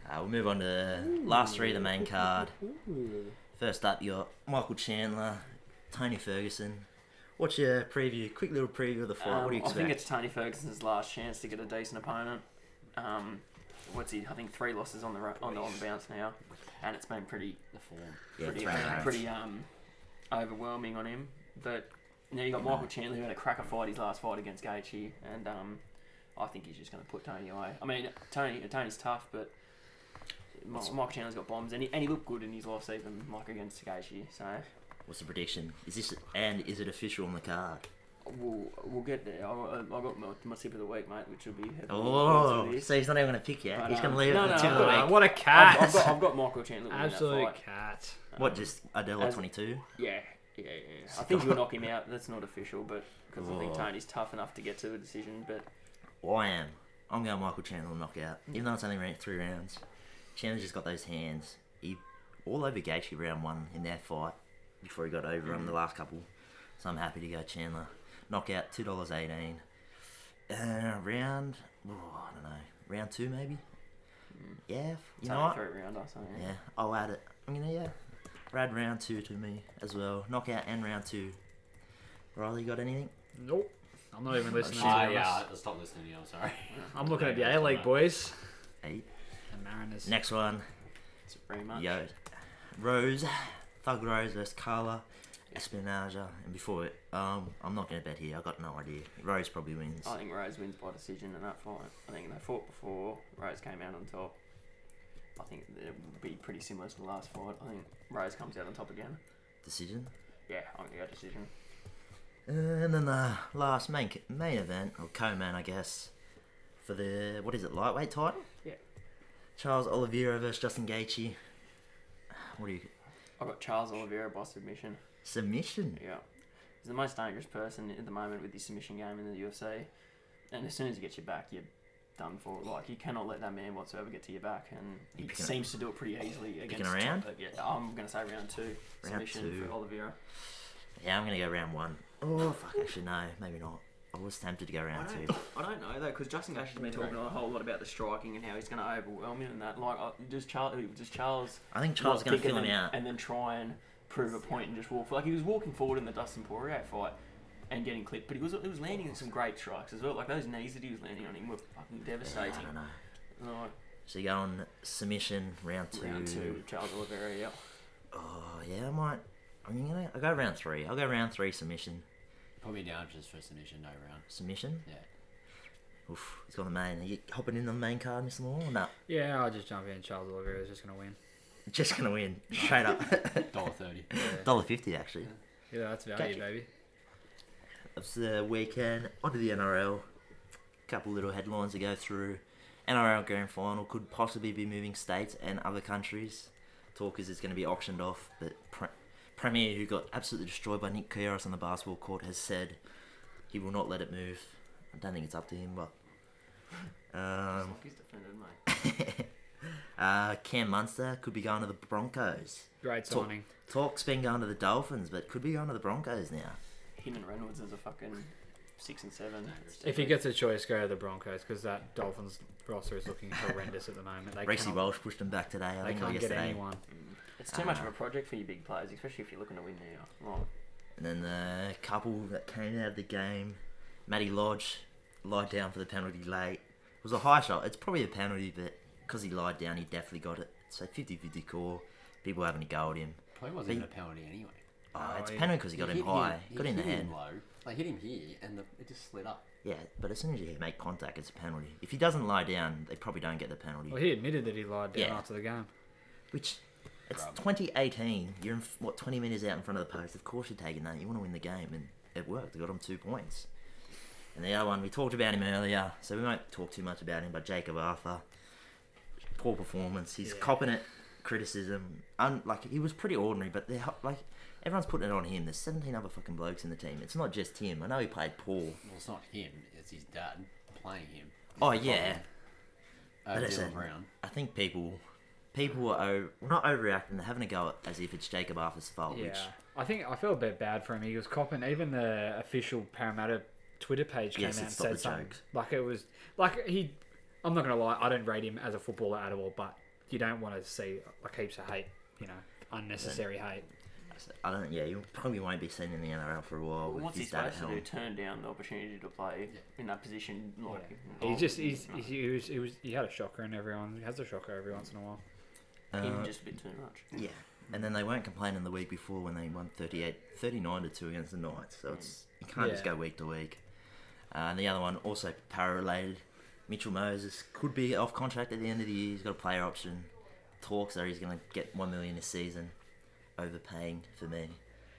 Speaker 2: Uh, we'll move on to the last three of the main card. First up, you got Michael Chandler, Tony Ferguson. What's your preview? Quick little preview of the fight. what
Speaker 5: Um,
Speaker 2: do you
Speaker 5: I
Speaker 2: expect?
Speaker 5: think it's Tony Ferguson's last chance to get a decent opponent. Um, what's he? I think three losses on the ro- on the, on the bounce now, and it's been pretty
Speaker 4: The form.
Speaker 2: yeah,
Speaker 5: pretty,
Speaker 2: three rounds.
Speaker 5: pretty um, overwhelming on him. But now you got Michael Chandler who had a cracker fight his last fight against Gaethje, and um, I think he's just going to put Tony away. I mean, Tony Tony's tough, but Mi- Michael Chandler's got bombs, and he, and he looked good in his loss even like against Gaethje. So
Speaker 2: What's the prediction? Is this and is it official on the card?
Speaker 5: we'll we'll get there. I I got my, my tip of the week, mate, which will be heavily influenced
Speaker 2: Oh,
Speaker 5: with this.
Speaker 2: so he's not even going to pick yet.
Speaker 5: But,
Speaker 2: he's
Speaker 5: um,
Speaker 2: going to leave
Speaker 5: no,
Speaker 2: it
Speaker 5: no,
Speaker 2: until
Speaker 5: no,
Speaker 2: the
Speaker 5: no.
Speaker 2: week.
Speaker 5: I've-
Speaker 3: what a
Speaker 5: I've,
Speaker 3: cat!
Speaker 5: I've got, I've got Michael Chandler winning that
Speaker 3: Absolute
Speaker 5: fight.
Speaker 3: cat.
Speaker 2: What just Adela
Speaker 5: Um, as-
Speaker 2: twenty two?
Speaker 5: Yeah, yeah, yeah. yeah. I think he'll knock him out. That's not official, but because I think
Speaker 2: Oh.
Speaker 5: Tony's tough enough to get to a decision. But
Speaker 2: Well, I am. I'm going Michael Chandler knockout. Even though it's only ran three rounds, Chandler's just got those hands. He all over Gaethje round one in that fight before he got over on the last couple. So I'm happy to go Chandler knockout two dollars eighteen. Uh, round, oh, I don't know, round two maybe. Yeah, you know
Speaker 5: Tony
Speaker 2: what?
Speaker 5: throw it around us. I mean,
Speaker 2: Yeah, I'll add it. I'm gonna yeah, add round two to me as well. Knockout and round two. Riley, you got anything?
Speaker 3: Nope. I'm not even listening to
Speaker 4: Ah,
Speaker 3: the
Speaker 4: yeah,
Speaker 3: rest.
Speaker 4: I stopped listening to you. I'm sorry.
Speaker 3: I'm looking at the A League boys.
Speaker 2: Eight.
Speaker 3: The Mariners.
Speaker 2: Next one,
Speaker 5: It's very much.
Speaker 2: yo, Rose, Thug Rose versus Carla Espinaja. And before it, um, I'm not gonna bet here. I got no idea. Rose probably wins.
Speaker 5: I think Rose wins by decision in that fight. I think they fought before. Rose came out on top. I think it will be pretty similar to the last fight. I think Rose comes out on top again.
Speaker 2: Decision.
Speaker 5: Yeah, I'm gonna go decision.
Speaker 2: And then the last main main event or co-main, I guess, for the what is it lightweight title?
Speaker 5: Yeah.
Speaker 2: Charles Oliveira versus Justin Gaethje. What do you
Speaker 5: I've got Charles Oliveira by submission.
Speaker 2: submission?
Speaker 5: Yeah. He's the most dangerous person at the moment with his submission game in the UFC. And as soon as he gets your back, you're done for. Like, you cannot let that man whatsoever get to your back. And he
Speaker 2: picking a-
Speaker 5: seems to do it pretty easily against.
Speaker 2: a round?
Speaker 5: uh, yeah, I'm going to say round two. submission
Speaker 2: two.
Speaker 5: for Oliveira.
Speaker 2: Yeah, I'm gonna go round one. Oh fuck, actually no, maybe not. I was tempted to go
Speaker 5: I
Speaker 2: round two.
Speaker 5: don't, I don't know though, because Justin Gash has been talking a whole lot about the striking and how he's going to overwhelm him and that. Like, uh, does Charles? Does Charles?
Speaker 2: I think Charles is
Speaker 5: not
Speaker 2: gonna
Speaker 5: pick
Speaker 2: fill
Speaker 5: and
Speaker 2: him
Speaker 5: then-
Speaker 2: out.
Speaker 5: and then try and prove a point and just walk. Like he was walking forward in the Dustin Poirier fight and getting clipped, but he was he was landing some great strikes as well. Like those knees that he was landing on him were fucking
Speaker 2: I
Speaker 5: devastating.
Speaker 2: don't know.
Speaker 5: Like,
Speaker 2: So you go on submission round two.
Speaker 5: round two with Charles Oliveira. Yeah,
Speaker 2: Oh yeah, I might. I'm gonna. I go round three. I'll go round three submission.
Speaker 4: Put me down just for submission, no round.
Speaker 2: Submission.
Speaker 4: Yeah.
Speaker 2: Oof, he's got the main. Are you hopping in on the main card, Mr. Moore? Or no,
Speaker 3: Yeah, I'll just jump in. Charles Oliveira is just going to win.
Speaker 2: just gonna win straight up.
Speaker 4: Dollar thirty.
Speaker 2: Dollar fifty actually.
Speaker 3: Yeah, that's value,
Speaker 5: Gotcha.
Speaker 3: baby.
Speaker 2: It's the weekend. Onto the NRL. Couple little headlines to go through. NRL Grand Final could possibly be moving states and other countries. Talkers is going to be auctioned off, but Pre- Premier, who got absolutely destroyed by Nick Kyrgios on the basketball court, has said he will not let it move. I don't think it's up to him, but. Um,
Speaker 5: he's defended, mate.
Speaker 2: uh, Cam Munster could be going to the Broncos.
Speaker 3: Great
Speaker 2: Talk-
Speaker 3: signing.
Speaker 2: Talk's been going to the Dolphins, but could be going to the Broncos now.
Speaker 5: Him and Reynolds is a fucking six and seven.
Speaker 3: If he gets a choice, go to the Broncos because that Dolphins roster is looking horrendous at the moment. They
Speaker 2: Racy
Speaker 3: cannot,
Speaker 2: Welsh pushed him back today. I
Speaker 3: they
Speaker 2: think or
Speaker 3: can't get
Speaker 2: yesterday.
Speaker 3: anyone.
Speaker 5: Mm. it's too much of a project for you big players, especially if you're looking to win now. Like,
Speaker 2: And then the couple that came out of the game, Matty Lodge lied down for the penalty late. It was a high shot. It's probably a penalty, but because he lied down, he definitely got it. So 50 50 call. People having a go at him.
Speaker 4: Probably wasn't even a penalty anyway.
Speaker 2: Oh,
Speaker 3: Oh,
Speaker 2: it's
Speaker 3: yeah.
Speaker 2: penalty because he got him
Speaker 4: hit
Speaker 2: high.
Speaker 4: he
Speaker 2: got in the
Speaker 4: hit
Speaker 2: head.
Speaker 4: him low. I hit him here, and the, it just slid up.
Speaker 2: Yeah, but as soon as you make contact, it's a penalty. If he doesn't lie down, they probably don't get the penalty.
Speaker 3: Well, he admitted that he lied down
Speaker 2: Yeah.
Speaker 3: after the game.
Speaker 2: Which, it's
Speaker 4: Grub.
Speaker 2: 2018. You're in, f- what 20 minutes out in front of the post. Of course you're taking that. You want to win the game, and it worked. They got him two points. And the other one we talked about him earlier, so we won't talk too much about him. But Jacob Arthur, poor performance. He's
Speaker 3: Yeah.
Speaker 2: copping it. Criticism. Un- like he was pretty ordinary, but they're ho- like everyone's putting it on him. There's 17 other fucking blokes in the team. It's not just him. I know he played poor.
Speaker 4: Well, it's not him. It's his dad playing him.
Speaker 2: Oh yeah.
Speaker 4: Uh,
Speaker 2: But it's
Speaker 4: Dylan
Speaker 2: a-
Speaker 4: Brown.
Speaker 2: I think people people are over, not overreacting. They're having a go at, as if it's Jacob Arthur's fault,
Speaker 3: Yeah,
Speaker 2: which
Speaker 3: I think I felt a bit bad for him. He was copping. Even the official Parramatta Twitter page came
Speaker 2: Yes,
Speaker 3: out and
Speaker 2: it's not
Speaker 3: said
Speaker 2: the
Speaker 3: something.
Speaker 2: joke.
Speaker 3: Like it was like he. I'm not gonna lie. I don't rate him as a footballer at all. But you don't want to see like heaps of hate. You know, unnecessary hate.
Speaker 2: I don't. Yeah, you probably won't be seen in the NRL for a while.
Speaker 5: Well,
Speaker 2: with
Speaker 5: what's he
Speaker 2: his dad at
Speaker 5: supposed to do?
Speaker 2: helm.
Speaker 5: Turn down the opportunity to play in that position? Like,
Speaker 3: He
Speaker 5: oh,
Speaker 3: just he's,
Speaker 5: no.
Speaker 3: he was he was he had a shocker and everyone he has a shocker every once in a while.
Speaker 5: Even just a bit too much.
Speaker 2: Uh, Yeah, and then they weren't complaining the week before when they won 38, 39 to two against the Knights. So it's you can't just
Speaker 3: Yeah.
Speaker 2: go week to week. Uh, and the other one also para related. Mitchell Moses could be off contract at the end of the year. He's got a player option. Talks that he's going to get one million this season. Overpaying for me.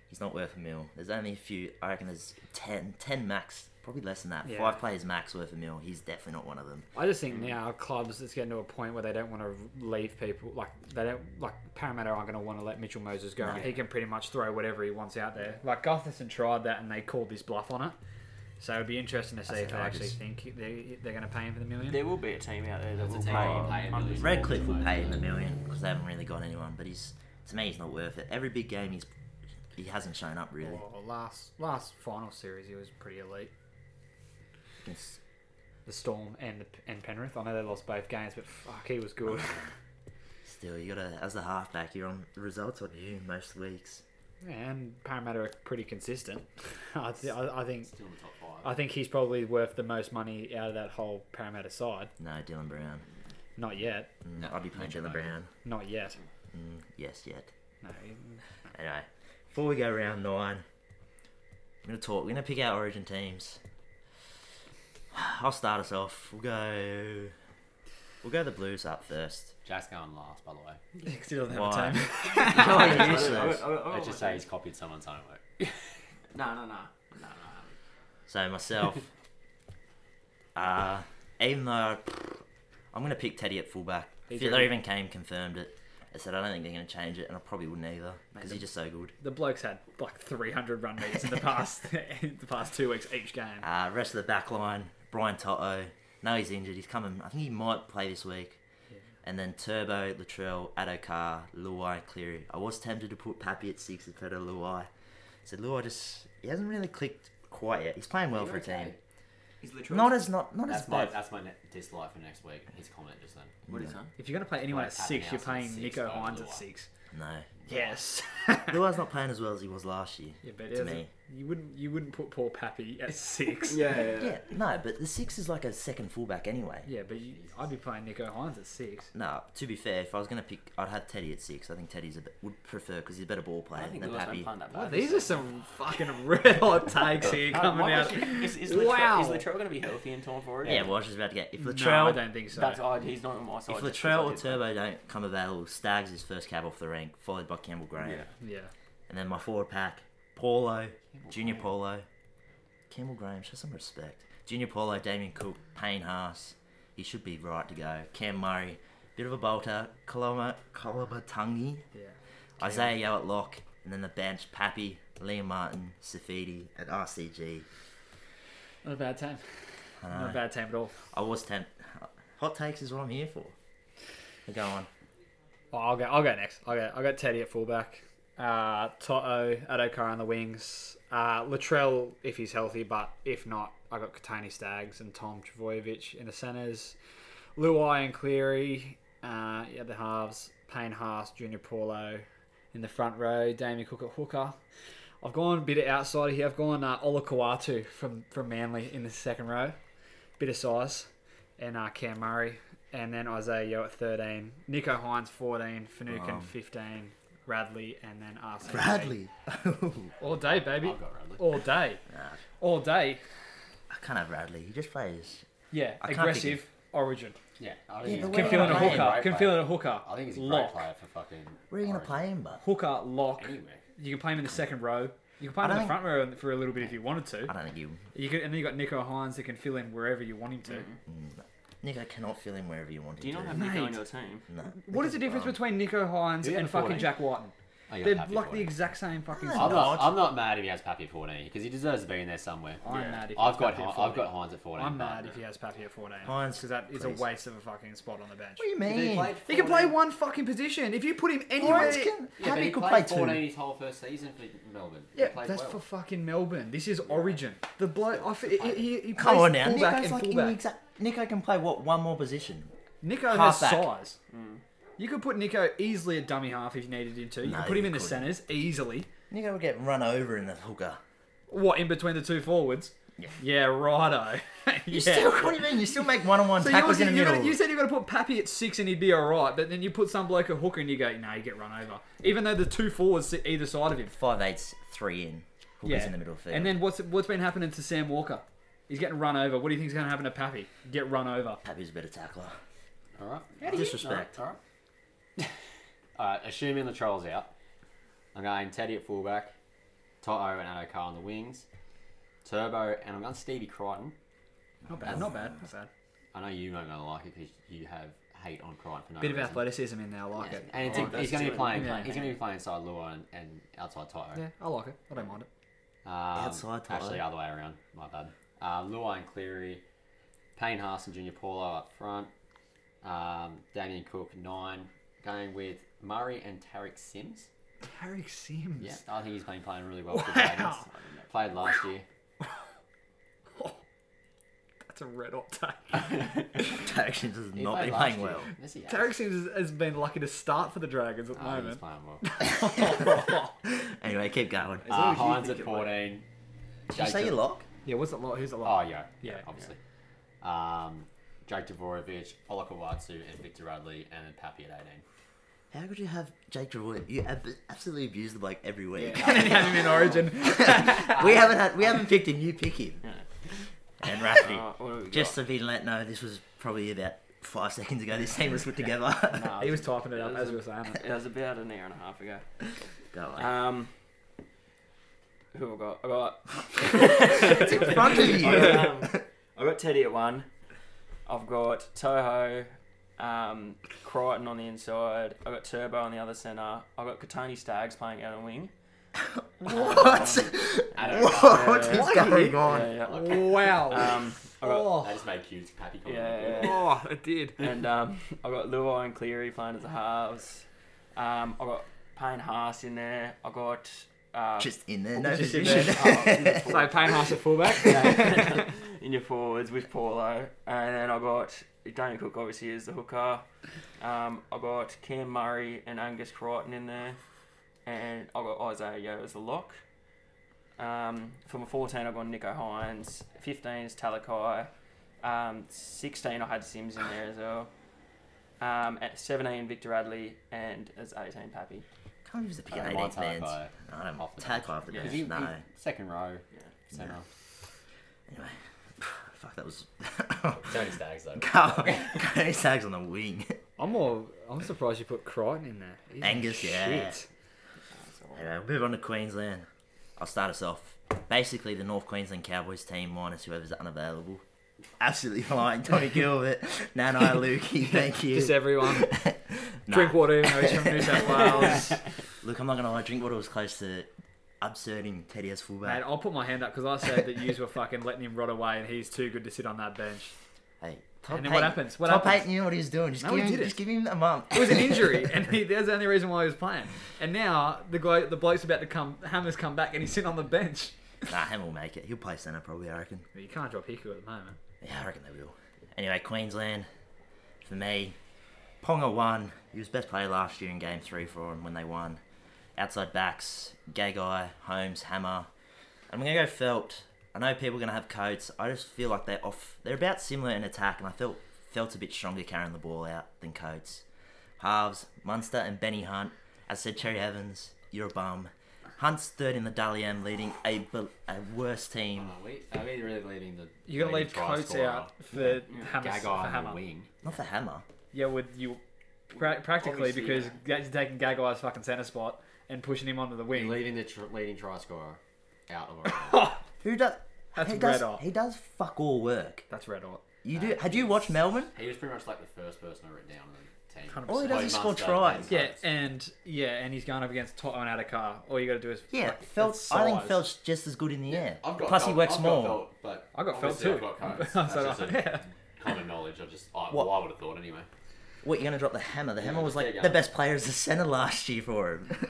Speaker 2: He's not worth a mil. There's only a few. I reckon there's 10, 10 max. Probably less than that.
Speaker 3: Yeah.
Speaker 2: Five players max worth a mil. He's definitely not one of them.
Speaker 3: I just think now clubs it's getting to a point where they don't want to leave people like they don't like Parramatta aren't going to want to let Mitchell Moses go. He can pretty much throw whatever he wants out there. Like Gutherson tried that and they called his bluff on it. So it'd be interesting to see if they actually
Speaker 2: outrageous.
Speaker 3: think they, they're going to pay him for the million.
Speaker 5: There will be a team out there that
Speaker 4: That's a
Speaker 5: will
Speaker 4: team you
Speaker 5: pay.
Speaker 4: pay a million.
Speaker 2: Redcliffe will pay him a million because they haven't really got anyone. But he's to me, he's not worth it. Every big game, he's he hasn't shown up really.
Speaker 3: Well, last last final series he was pretty elite.
Speaker 2: It's-
Speaker 3: The Storm and the, and Penrith. I know they lost both games, but fuck, he was good.
Speaker 2: still, you gotta as a halfback, you're on the results on you most weeks.
Speaker 3: Yeah, and Parramatta are pretty consistent. I, th- I, I think
Speaker 4: Still in the top five.
Speaker 3: I think he's probably worth the most money out of that whole Parramatta side.
Speaker 2: No, Dylan Brown.
Speaker 3: Not yet.
Speaker 2: No, I'd be playing Dylan Brown.
Speaker 3: Not yet.
Speaker 2: Mm, yes, yet.
Speaker 3: No. he-
Speaker 2: Anyway, before we go round nine, we're gonna talk. We're gonna pick our origin teams. I'll start us off. We'll go. We'll go the Blues up first.
Speaker 4: Jack's going last, by the way.
Speaker 3: Because he doesn't have
Speaker 2: Why?
Speaker 3: a team.
Speaker 2: Oh,
Speaker 5: I would- I
Speaker 2: useless.
Speaker 5: would- I would- I would
Speaker 4: Let's just
Speaker 5: almost
Speaker 4: say he's copied someone's homework.
Speaker 5: No, no, no. No, no.
Speaker 2: So myself, uh, even though I, I'm going to pick Teddy at fullback,
Speaker 3: He's
Speaker 2: Fiddler
Speaker 3: ready.
Speaker 2: even came confirmed it. I said I don't think they're going to change it, and I probably wouldn't either because he's just so good.
Speaker 3: The blokes had like 300 run meters in the past in the past two weeks each game.
Speaker 2: Uh, rest of the back line, Brian Toto. No, he's injured. He's coming. I think he might play this week. And then Turbo, Latrell, Adokar, Luai, and Cleary. I was tempted to put Pappy at six instead of Luai. Said Luai just he hasn't really clicked quite yet. He's playing well for a team.
Speaker 5: He's literally.
Speaker 2: Not as not not as
Speaker 4: That's my
Speaker 2: bad.
Speaker 4: that's my ne- dislike for next week. His comment just then.
Speaker 5: What is that?
Speaker 3: If you're going to play anyone
Speaker 4: Like
Speaker 3: at
Speaker 4: Pappenhausen
Speaker 3: six, you're
Speaker 4: at
Speaker 3: playing
Speaker 4: six,
Speaker 3: Nico
Speaker 4: though,
Speaker 3: Hines at
Speaker 4: Luai.
Speaker 3: six.
Speaker 2: No,
Speaker 3: Yes.
Speaker 2: Luai's not playing as well as he was last year.
Speaker 3: Yeah, but it
Speaker 2: to
Speaker 3: hasn't-
Speaker 2: me.
Speaker 3: you wouldn't you wouldn't put poor Pappy at six.
Speaker 5: Yeah,
Speaker 2: Yeah, no, but the six is like a second fullback anyway.
Speaker 3: Yeah, but you, I'd be playing Nico Hines at six.
Speaker 2: No, to be fair, if I was going to pick, I'd have Teddy at six. I think Teddy's a bit, would prefer because he's a better ball
Speaker 4: I
Speaker 2: player
Speaker 4: don't think
Speaker 2: than
Speaker 4: Lewis don't
Speaker 2: Pappy.
Speaker 4: plan that
Speaker 3: Well,
Speaker 4: bad.
Speaker 3: Oh, these are some fucking red hot takes here
Speaker 5: Uh, my
Speaker 3: coming out.
Speaker 5: question- Is, is
Speaker 3: Wow.
Speaker 5: Latrell, is Latrell going to be healthy in time for it?
Speaker 2: Yeah, well, I was just about to get if
Speaker 3: no, I
Speaker 2: Latrell,
Speaker 3: don't think so.
Speaker 5: That's odd. He's not on my side.
Speaker 2: if
Speaker 5: just 'cause I
Speaker 2: Latrell or
Speaker 5: did that.
Speaker 2: Turbo don't come available, Stags is first cab off the rank, followed by Campbell Graham,
Speaker 5: Yeah.
Speaker 3: yeah.
Speaker 2: and then my forward pack: Paulo, Junior Paulo, Campbell Graham. Show some respect. Junior Paulo, Damien Cook, Payne Haas. He should be right to go. Cam Murray, bit of a bolter. Kaloma Kolomatangi.
Speaker 3: Yeah.
Speaker 2: Isaiah Yo at lock, and then the bench, Pappy, Liam Martin, Safidi, and RCG.
Speaker 3: Not a bad time.
Speaker 2: I, don't
Speaker 3: Not a
Speaker 2: know.
Speaker 3: bad time at all.
Speaker 2: I was tempted. Hot takes is what I'm here for. Go on.
Speaker 3: Oh, I'll go. I'll go next. I go. I got Teddy at fullback. Uh, Toto Adokar on the wings. Uh, Latrell if he's healthy, but if not, I got Katani Stags and Tom Travojevic in the centres. Luai and Cleary uh, at the halves. Payne Haas, Junior Paulo in the front row. Damien Cook at hooker. I've gone a bit of outside here. I've gone uh, Ola Kawatu from from Manly in the second row bit of size, and uh, Cam Murray, and then Isaiah Yo at 13, Nico Hines 14, Finucane 15, Radley, and then Arsenal. All day, baby.
Speaker 4: I've got Radley.
Speaker 3: All day. All day.
Speaker 2: I can't have Radley. He just plays.
Speaker 3: Yeah,
Speaker 2: I can't
Speaker 3: aggressive origin.
Speaker 4: Yeah, I think
Speaker 2: the
Speaker 4: he's
Speaker 2: way
Speaker 3: Can
Speaker 2: Yeah,
Speaker 3: fill
Speaker 4: a
Speaker 3: in a
Speaker 2: I'm
Speaker 4: great
Speaker 2: playing,
Speaker 3: hooker.
Speaker 4: player.
Speaker 3: Can fill in a hooker.
Speaker 4: I think he's a great
Speaker 3: lock.
Speaker 4: player for fucking.
Speaker 2: Where are you going to
Speaker 4: Origin.
Speaker 2: play him, but?
Speaker 3: Hooker, lock.
Speaker 4: Anywhere.
Speaker 3: You can play him in the second row. You can play
Speaker 2: I
Speaker 3: him in the
Speaker 2: don't
Speaker 3: front row for a little bit if you wanted
Speaker 2: I
Speaker 3: to.
Speaker 2: don't think you.
Speaker 3: You can, and then you got Nico Hines that can fill in wherever you want him to.
Speaker 2: Nico cannot fill in wherever you want him
Speaker 5: Do you
Speaker 2: to.
Speaker 5: not have Nico
Speaker 3: Mate.
Speaker 5: on your team?
Speaker 2: No.
Speaker 3: What is the difference between Nico Hines
Speaker 4: Who had
Speaker 3: and
Speaker 4: the
Speaker 3: fucking
Speaker 4: 14?
Speaker 3: Jack Whiten?
Speaker 4: Oh, you got
Speaker 3: They're
Speaker 4: Pappy
Speaker 3: like the
Speaker 4: 14.
Speaker 3: exact same fucking.
Speaker 2: I'm
Speaker 4: I'm
Speaker 2: not.
Speaker 4: not, I'm not mad if he has Pappy at 14 because he deserves to be in there somewhere.
Speaker 3: I'm mad if he
Speaker 4: I've
Speaker 3: has
Speaker 4: got
Speaker 3: Pappy at
Speaker 4: Hi-
Speaker 3: 14.
Speaker 4: I've got Hines at 14.
Speaker 3: I'm
Speaker 4: but-
Speaker 3: mad if he has Pappy at 14.
Speaker 2: Hines,
Speaker 3: because that is
Speaker 2: please.
Speaker 3: a waste of a fucking spot on the bench.
Speaker 2: What do you
Speaker 4: If he
Speaker 2: mean?
Speaker 4: played
Speaker 3: He can play
Speaker 4: 14
Speaker 3: one fucking position. If you put him anywhere,
Speaker 2: Hines can.
Speaker 4: Yeah, but
Speaker 2: Pappy
Speaker 4: he
Speaker 2: could play
Speaker 4: played 14
Speaker 2: two.
Speaker 4: his whole first season for Melbourne. He
Speaker 3: yeah,
Speaker 4: played
Speaker 3: that's
Speaker 4: well.
Speaker 3: for fucking Melbourne. This is Origin. The bloke, I f- he, he, he
Speaker 2: Come
Speaker 3: plays
Speaker 2: on now.
Speaker 3: fullback
Speaker 2: Nico's
Speaker 3: and
Speaker 2: like in the
Speaker 3: fullback.
Speaker 2: exact. Nico can play what? One more position.
Speaker 3: Nico has
Speaker 2: halfback.
Speaker 3: size.
Speaker 2: Hmm.
Speaker 3: You could put Nico easily at dummy half if you needed him to. You
Speaker 2: No,
Speaker 3: could put him
Speaker 2: you
Speaker 3: in the
Speaker 2: couldn't.
Speaker 3: centres easily.
Speaker 2: Nico would get run over in the hooker.
Speaker 3: What in between the two forwards?
Speaker 2: Yeah.
Speaker 3: Yeah, righto. yeah.
Speaker 2: You still, what do you mean? You still make one-on-one
Speaker 3: So you,
Speaker 2: tackles
Speaker 3: was,
Speaker 2: in the
Speaker 3: you,
Speaker 2: middle.
Speaker 3: gotta- you said you got to put Pappy at six and he'd be all right, but then you put some bloke at hooker and you go, nah, you get run over. Even though the two forwards sit either side of him.
Speaker 2: Five eights, three in. Hookers
Speaker 3: Yeah.
Speaker 2: in the middle of the field.
Speaker 3: and then what's what's been happening to Sam Walker? He's getting run over. What do you think's going to happen to Pappy? Get run over.
Speaker 2: Pappy's a better tackler.
Speaker 4: All right.
Speaker 2: Disrespect.
Speaker 4: All right. All right. Uh, Assuming the troll's out, I'm going Teddy at fullback, Toto and Adokar on the wings, Turbo, and I'm going Stevie Crichton.
Speaker 3: Not bad. Not bad. Not bad.
Speaker 4: I know you're not going to like it because you have hate on Crichton for no
Speaker 3: Bit of
Speaker 4: reason.
Speaker 3: athleticism in there. I like it.
Speaker 4: And it's,
Speaker 5: Oh,
Speaker 4: he's going to
Speaker 5: versatility.
Speaker 4: be playing.
Speaker 3: Yeah.
Speaker 4: He's going to be playing inside Lua and, and outside Toto.
Speaker 3: Yeah, I like it. I don't mind it.
Speaker 4: Um,
Speaker 2: Outside Toto.
Speaker 4: Actually, other way around. My bad. Uh, Luai and Cleary, Payne Haas and Junior Paulo up front. Um, Damien Cook nine, going with Murray and Tarek Sims.
Speaker 3: Tarek Sims.
Speaker 4: Yeah, I think he's been playing really well. for the
Speaker 3: Wow.
Speaker 4: Dragons. Played last year.
Speaker 3: That's a red hot take.
Speaker 2: Jackson does
Speaker 4: He
Speaker 2: not
Speaker 4: played
Speaker 2: be
Speaker 4: last
Speaker 2: playing
Speaker 4: year. Ah,
Speaker 2: well.
Speaker 4: Yes, he has.
Speaker 2: Oh,
Speaker 3: Tarek Sims has, has been lucky to start for the Dragons at the
Speaker 4: I think he's
Speaker 3: moment.
Speaker 4: playing well.
Speaker 2: Anyway, keep going.
Speaker 3: As long
Speaker 4: Uh,
Speaker 3: as you
Speaker 4: Hines
Speaker 3: think
Speaker 4: at
Speaker 3: it works.
Speaker 4: 14.
Speaker 2: Did you say
Speaker 4: Jacob-
Speaker 2: your lock?
Speaker 3: Yeah, what's it like? Who's it
Speaker 4: Oh,
Speaker 3: like?
Speaker 4: yeah. Yeah,
Speaker 3: Yeah,
Speaker 4: obviously. Um, Jake Dvorovic, Ola Kowatsu, and Victor Radley, and then Pappy at 18.
Speaker 2: How could you have Jake Dravoy? You ab- absolutely abuse the bloke every week.
Speaker 3: And then have him in Origin.
Speaker 2: we haven't had, we haven't picked him. You pick him.
Speaker 5: Yeah.
Speaker 2: And Rafferty.
Speaker 5: Uh, what have we
Speaker 2: Just
Speaker 5: got?
Speaker 2: to be let know, this was probably about five seconds ago. This team was put together.
Speaker 3: he was typing it up as we were saying it.
Speaker 5: It was about an hour and a half ago.
Speaker 2: Go away.
Speaker 5: Um, who I got? I got.
Speaker 2: it's in front of you.
Speaker 5: I got, um, I got Teddy at one. I've got Toho, um, Crichton on the inside. I've got Turbo on the other centre. I've got Katoni Stags playing out on wing.
Speaker 2: what?
Speaker 5: And-
Speaker 2: What
Speaker 5: Yeah,
Speaker 2: is going on?
Speaker 5: yeah, yeah.
Speaker 3: Wow.
Speaker 5: Um, I've got
Speaker 4: They
Speaker 3: oh.
Speaker 4: just made cute Pappy comment.
Speaker 5: Yeah.
Speaker 3: oh, it did.
Speaker 5: and um, I got Luai and Cleary playing as the halves. Um, I got Payne Haas in there. I got uh,
Speaker 2: Just in there, no
Speaker 3: Just in Oh.
Speaker 2: position.
Speaker 3: So Payne Haas at fullback.
Speaker 5: in your forwards with Paulo, and then I got Daniel Cook obviously is the hooker. Um, I got Cam Murray and Angus Crichton in there, and I got Isaiah Yo as the lock. Um, from a 14, I got Nico Hines. 15 is Talakai. Um, 16, I had Sims in there as well. Um, at 17, Victor Radley, and as 18, Pappy.
Speaker 2: Can't use the pick
Speaker 4: I
Speaker 2: an
Speaker 4: don't mind
Speaker 2: 18th man.
Speaker 4: Talakai
Speaker 2: I don't
Speaker 4: off the
Speaker 2: Tag
Speaker 4: bench.
Speaker 2: off the
Speaker 5: Yeah.
Speaker 2: bench.
Speaker 4: He-
Speaker 2: No.
Speaker 4: he- second row. Centre.
Speaker 2: Anyway, fuck that was.
Speaker 4: Tony Staggs, though.
Speaker 2: Cody Sags on the wing.
Speaker 3: I'm more. I'm surprised you put Crichton in there. He's
Speaker 2: Angus, yeah.
Speaker 3: shit.
Speaker 2: Anyway, move on to Queensland. I'll start us off. Basically, the North Queensland Cowboys team minus whoever's unavailable. Absolutely fine. Tommy Gilbert, Nanai Lukey, thank you.
Speaker 3: Just everyone.
Speaker 2: Nah.
Speaker 3: Drink water, even though he's from New South Wales.
Speaker 2: Look, I'm not gonna lie. Drinkwater was close to absurding Teddy as
Speaker 3: Mate,
Speaker 2: fullback.
Speaker 3: I'll put my hand up because I said that yous were fucking letting him rot away and he's too good to sit on that bench.
Speaker 2: Hey, Todd
Speaker 3: And then what
Speaker 2: Payton-
Speaker 3: happens? What
Speaker 2: Todd
Speaker 3: happens?
Speaker 2: Payton knew what he was doing. Just,
Speaker 3: No,
Speaker 2: give,
Speaker 3: he
Speaker 2: him,
Speaker 3: didn't.
Speaker 2: just give him a month.
Speaker 3: It was an injury, and he, that's the only reason why he was playing. And now the guy, the bloke's about to come, Hammer's come back, and he's sitting on the bench.
Speaker 2: nah, Ham will make it. He'll play centre probably. I reckon.
Speaker 3: You can't drop Hiku at the moment.
Speaker 2: Yeah, I reckon they will. Anyway, Queensland, for me, Ponga won. He was best player last year in Game 3 for them when they won. Outside backs, Gay Guy, Holmes, Hammer. I'm going to go Felt. I know people are going to have Coates. I just feel like they're off. They're about similar in attack, and I felt Felt's a bit stronger carrying the ball out than Coates. Halves, Munster and Benny Hunt. As said, Cherry Evans, you're a bum. Hunt's third in the Dally M, leading a, bel- a worse team.
Speaker 4: Are we, are we really leaving the.
Speaker 3: You're gonna
Speaker 4: leading
Speaker 3: leave
Speaker 4: try
Speaker 3: Coates
Speaker 4: scorer,
Speaker 3: out for Hammer.
Speaker 4: Gagai
Speaker 3: For
Speaker 4: on the
Speaker 3: Hammer.
Speaker 4: wing.
Speaker 2: Not for Hammer.
Speaker 3: Yeah, with you pra- practically
Speaker 5: Obviously,
Speaker 3: because you're taking Gagai's fucking centre spot and pushing him onto the
Speaker 4: You're
Speaker 3: wing.
Speaker 4: leaving the tr- leading try scorer out of our.
Speaker 2: Who does?
Speaker 3: That's
Speaker 2: he
Speaker 3: red
Speaker 2: does,
Speaker 3: hot.
Speaker 2: He does fuck all work.
Speaker 3: That's red hot.
Speaker 2: You do? Had you watched Melbourne?
Speaker 4: He was pretty much like the first person I wrote down on the team.
Speaker 3: 100%.
Speaker 2: All he does is
Speaker 4: Wayne
Speaker 2: score
Speaker 4: Munster,
Speaker 2: tries.
Speaker 4: Wayne
Speaker 3: Yeah,
Speaker 4: Coates.
Speaker 3: and yeah, and he's going up against Toto and Adakar. All you got to do is
Speaker 2: Yeah,
Speaker 3: fuck-
Speaker 2: Felt.
Speaker 3: that's
Speaker 2: I think
Speaker 3: size.
Speaker 2: Felt's just as good in the air.
Speaker 4: I've got
Speaker 2: Plus, he
Speaker 4: Felt-
Speaker 2: works
Speaker 4: I've got
Speaker 2: more.
Speaker 4: Felt, but
Speaker 3: I got Felt
Speaker 4: obviously
Speaker 3: too.
Speaker 4: I've got Coates.
Speaker 3: I'm
Speaker 4: That's
Speaker 3: so
Speaker 4: just a
Speaker 3: like, oh, yeah.
Speaker 4: common knowledge. I've just, I,
Speaker 2: What?
Speaker 4: well, I would have thought anyway.
Speaker 2: What you're gonna drop the hammer? The hammer was
Speaker 4: there
Speaker 2: like
Speaker 4: you
Speaker 2: the
Speaker 4: go.
Speaker 2: best player as a centre last year for him.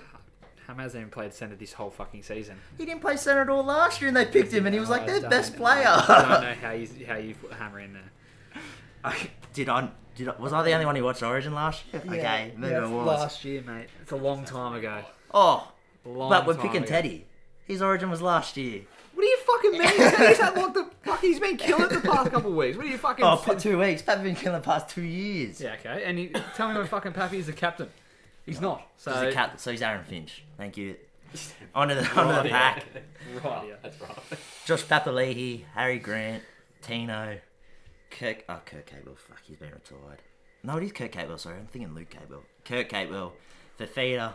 Speaker 3: Hammer hasn't even played centre this whole fucking season.
Speaker 2: he didn't play centre at all last year, and they picked him, and he was like
Speaker 3: I
Speaker 2: their
Speaker 3: don't
Speaker 2: best
Speaker 3: know. I don't
Speaker 2: player.
Speaker 3: know how you how you put Hammer in there.
Speaker 2: I- did I? Did I, was I the only one who watched Origin last year? okay, maybe I was.
Speaker 3: last year, mate. It's a long time ago.
Speaker 2: Oh,
Speaker 3: Long
Speaker 2: but we're
Speaker 3: time
Speaker 2: picking
Speaker 3: ago.
Speaker 2: Teddy. His Origin was last year.
Speaker 3: What do you fucking mean? Teddy's had like the fuck. He's been killing the past couple of weeks. What do you fucking?
Speaker 2: Oh, put two weeks. Pappy's been killing the past two years.
Speaker 3: yeah, okay. And you, tell me when fucking Pappy is the captain. He's not. So
Speaker 2: He's a cat, so he's Aaron Finch. Thank you. Onto the onto the pack.
Speaker 3: right. Yeah.
Speaker 4: That's right.
Speaker 2: Josh Papalehi, Harry Grant, Tino, Kirk. Oh, Kirk Capewell. Fuck, he's been retired. No, it is Kirk Capewell. Sorry, I'm thinking Luke Capewell. Kirk Capewell, Fafita,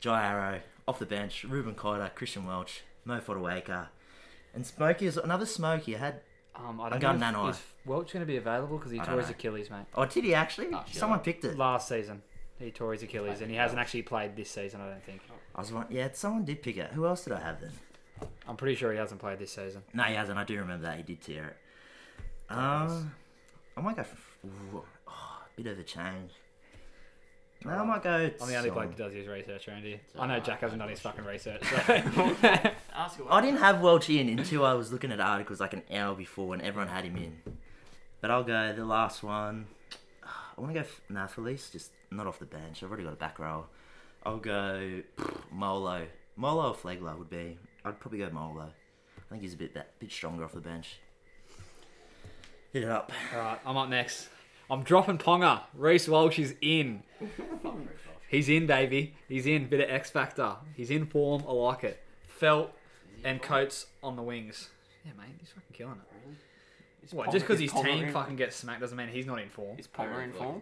Speaker 2: Jai Arrow, off the bench, Ruben Carter, Christian Welch, Mo Fodawaker, and Smokey is another Smokey. I had.
Speaker 3: Um, I don't
Speaker 2: got
Speaker 3: know
Speaker 2: Nanai.
Speaker 3: if, if Welch going to be available because he
Speaker 2: don't
Speaker 3: tore his
Speaker 2: know.
Speaker 3: Achilles, mate.
Speaker 2: Oh, did he actually?
Speaker 3: Ah,
Speaker 4: Oh, shit.
Speaker 2: Someone picked it.
Speaker 3: Last season, he tore his Achilles, and he hasn't actually played this season. I don't think.
Speaker 2: I was wondering, yeah, someone did pick it. Who else did I have then?
Speaker 3: I'm pretty sure he hasn't played this season.
Speaker 2: No, he hasn't. I do remember that he did tear it. Um, I might go. For, ooh, oh, bit of a change. No, I might go.
Speaker 3: Oh. I'm the only bloke
Speaker 2: Song.
Speaker 3: that does his research, Randy. I know
Speaker 4: alright,
Speaker 3: Jack hasn't
Speaker 4: no
Speaker 3: done his fucking research.
Speaker 5: Ask away.
Speaker 2: I didn't have Welch in until I was looking at articles like an hour before, and everyone had him in. But I'll go the last one. I want to go. F- nah, Felice just not off the bench. I've already got a back row. I'll go Molo, Molo or Flegler would be. I'd probably go Molo. I think he's a bit be- bit stronger off the bench. Hit it up.
Speaker 3: All right, I'm up next. I'm dropping Ponga. Reese Walsh is in. He's in, baby. He's in. Bit of X Factor. He's in form. I like it. Felt and Coates on the wings. Yeah, mate, he's fucking killing it. What, just because his team fucking gets smacked doesn't mean he's not in form.
Speaker 5: Is Palmer in form?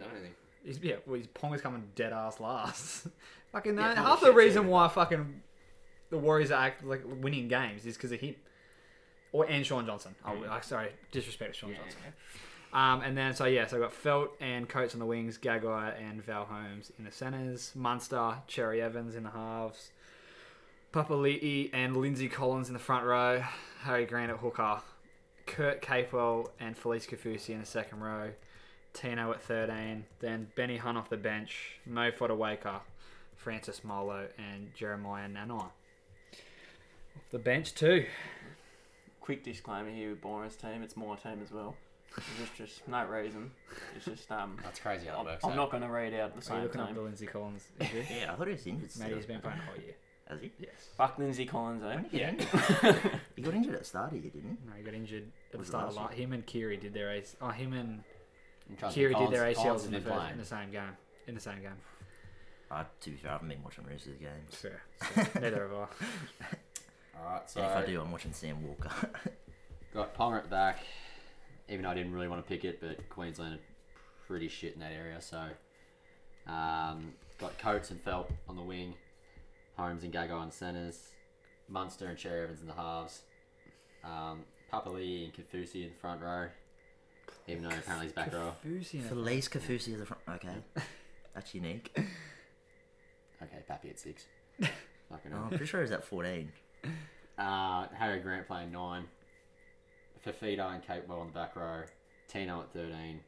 Speaker 3: He's, yeah, well, his Ponga's coming dead ass last. fucking that,
Speaker 5: Ponga
Speaker 3: half the
Speaker 5: shit,
Speaker 3: reason
Speaker 5: yeah.
Speaker 3: why fucking the Warriors are act, like winning games is because of him, or and Sean Johnson. Oh,
Speaker 5: Mm.
Speaker 3: I- sorry, disrespect to Sean Johnson. Um, and then so yeah, so I've got Felt and Coates on the wings, Gagai and Val Holmes in the centres, Munster, Cherry Evans in the halves, Papali'i and Lindsay Collins in the front row, Harry Grant at hooker, Kurt Capewell and Felice Kafusi in the second row, Tino at 13, then Benny Hunt off the bench, Mo Fodawaker, Francis Molo, and Jeremiah Nanai. Off the bench too.
Speaker 5: Quick disclaimer here with Byron's team, it's my team as well. There's just, just no reason. It's just um,
Speaker 4: That's crazy how
Speaker 5: I'm,
Speaker 4: that works.
Speaker 5: I'm
Speaker 4: eh?
Speaker 5: not going to read out the same
Speaker 3: Are you looking up
Speaker 5: team.
Speaker 3: the Lindsay Collins? issue?
Speaker 2: Yeah, I thought he was injured.
Speaker 3: Maybe
Speaker 2: still.
Speaker 3: he's been playing the whole year.
Speaker 2: Has he?
Speaker 3: Yes.
Speaker 5: Fuck Lindsay Collins, eh?
Speaker 2: When did he get injured? he got injured at the start of the year, didn't
Speaker 3: No, he got injured at the
Speaker 2: Was it
Speaker 3: start of
Speaker 2: last
Speaker 3: last. Him and Kiri did their AC. Oh, him and
Speaker 4: I'm trying to
Speaker 3: Kiri
Speaker 4: think.
Speaker 3: did their
Speaker 4: Collins- Collins
Speaker 3: ACLs
Speaker 4: has
Speaker 3: in the,
Speaker 4: been
Speaker 3: first,
Speaker 4: playing.
Speaker 3: in the same game. In the same game.
Speaker 2: he? Uh, to be fair, I haven't been watching Roosters games.
Speaker 3: Fair. So, neither of us.
Speaker 4: Alright, so
Speaker 2: Yeah, if I do, I'm watching Sam Walker.
Speaker 4: got Ponga at the back. Even though I didn't really want to pick it, but Queensland are pretty shit in that area, so um, got Coates and Felt on the wing, Holmes and Gago on the centres, Munster and Cherry Evans in the halves, um, Papali and Kafusi in the front row. Even though apparently he's back row.
Speaker 3: Kafusi in it.
Speaker 2: Felice Kafusi is the front. Okay, that's unique.
Speaker 4: Okay, Pappy at six. Fucking
Speaker 2: Oh,
Speaker 4: hell.
Speaker 2: I'm pretty sure he's at 14.
Speaker 4: Uh, Harry Grant playing nine. Fafita and Capewell on the back row. Tino at 13.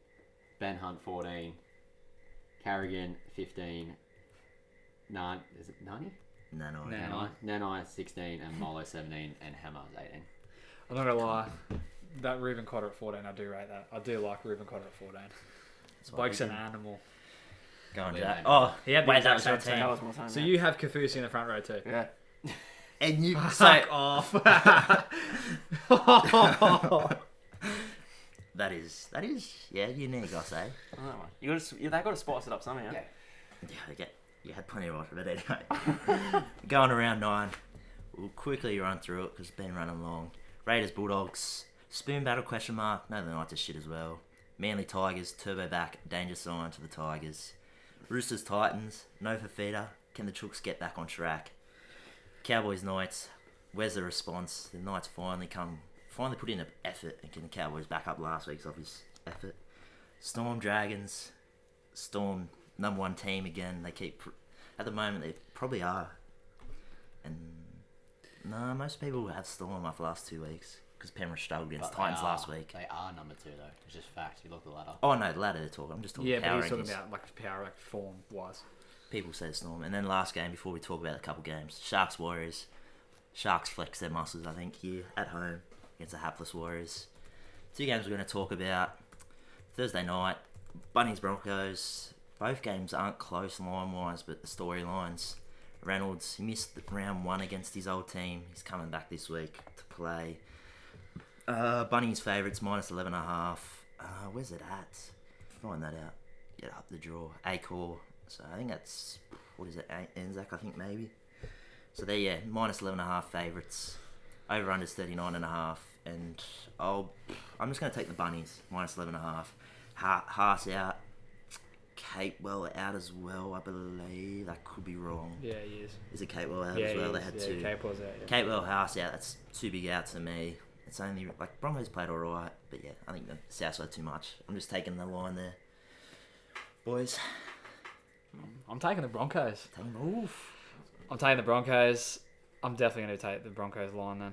Speaker 4: Ben Hunt 14. Carrigan 15. Nan, is it Nani?
Speaker 2: No, no,
Speaker 3: No.
Speaker 2: no.
Speaker 4: Nanai. Nanai 16 and Molo 17 and Hammer 18.
Speaker 3: I'm not gonna lie. That Ruben Cotter at 14, I do rate that. I do like Ruben Cotter at 14. This bloke's an animal.
Speaker 2: Go on,
Speaker 4: Yeah,
Speaker 2: Jack.
Speaker 4: mate.
Speaker 2: Oh,
Speaker 3: He had the
Speaker 2: wait, that
Speaker 3: exact
Speaker 2: was
Speaker 3: same
Speaker 2: your
Speaker 3: team.
Speaker 5: That
Speaker 2: team.
Speaker 5: was my team.
Speaker 3: So
Speaker 5: yeah.
Speaker 3: you have Kafusi in the front row too.
Speaker 5: Yeah.
Speaker 2: And you. So,
Speaker 3: Fuck off.
Speaker 2: that is, that is, yeah, unique, I'll say.
Speaker 5: I don't know. You gotta, yeah, they got to spice it up somehow.
Speaker 4: Yeah.
Speaker 2: Yeah, okay. You had plenty of it, but anyway. Going around nine. We'll quickly run through it because it's been running long. Raiders, Bulldogs. Spoon battle question mark. No, the Knights are shit as well. Manly Tigers, Turbo back, danger sign to the Tigers. Roosters, Titans, no for feeder. Can the Chooks get back on track? Cowboys, Knights. Where's the response? The Knights finally come, finally put in an effort and can the Cowboys back up last week's obvious effort? Storm, Dragons, Storm number one team again. They keep at the moment they probably are, and no, most people have Storm after last two weeks because Penrith struggled against
Speaker 4: But they
Speaker 2: Titans
Speaker 4: are-
Speaker 2: last week.
Speaker 4: They are number two, though. It's just fact. You look at the ladder.
Speaker 2: Oh no, the latter they're talking. I'm just talking
Speaker 3: yeah, but
Speaker 2: power
Speaker 3: he's talking
Speaker 2: rankings.
Speaker 3: about like power act form wise.
Speaker 2: People say Storm, and then last game before we talk about a couple games, Sharks Warriors. Sharks flex their muscles, I think, here at home against the hapless Warriors. Two games we're going to talk about Thursday night, Bunnies Broncos. Both games aren't close line wise, but the storylines. Reynolds he missed the round one against his old team. He's coming back this week to play. Uh, Bunnies favourites minus eleven and a half. Uh, where's it at? Find that out. Get up the draw. Acor. So I think that's what is it? A- Anzac, I think maybe. So there, yeah, minus eleven and a half favourites. Over under thirty nine and a half, and I'll I'm just going to take the bunnies minus eleven and a half. Ha- Haas out. Capewell out as well, I believe. I could be wrong.
Speaker 3: Yeah, he is.
Speaker 2: Is it Capewell out
Speaker 3: yeah,
Speaker 2: as
Speaker 3: he
Speaker 2: well? They
Speaker 3: is.
Speaker 2: had
Speaker 3: yeah,
Speaker 2: two.
Speaker 3: Capewell's out, yeah.
Speaker 2: Capewell House out. That's two big outs for me. It's only like Broncos played all right, but yeah, I think the Southside too much. I'm just taking the line there, boys.
Speaker 3: I'm taking the Broncos.
Speaker 2: Taking oof.
Speaker 3: I'm taking the Broncos. I'm definitely going to take the Broncos line then.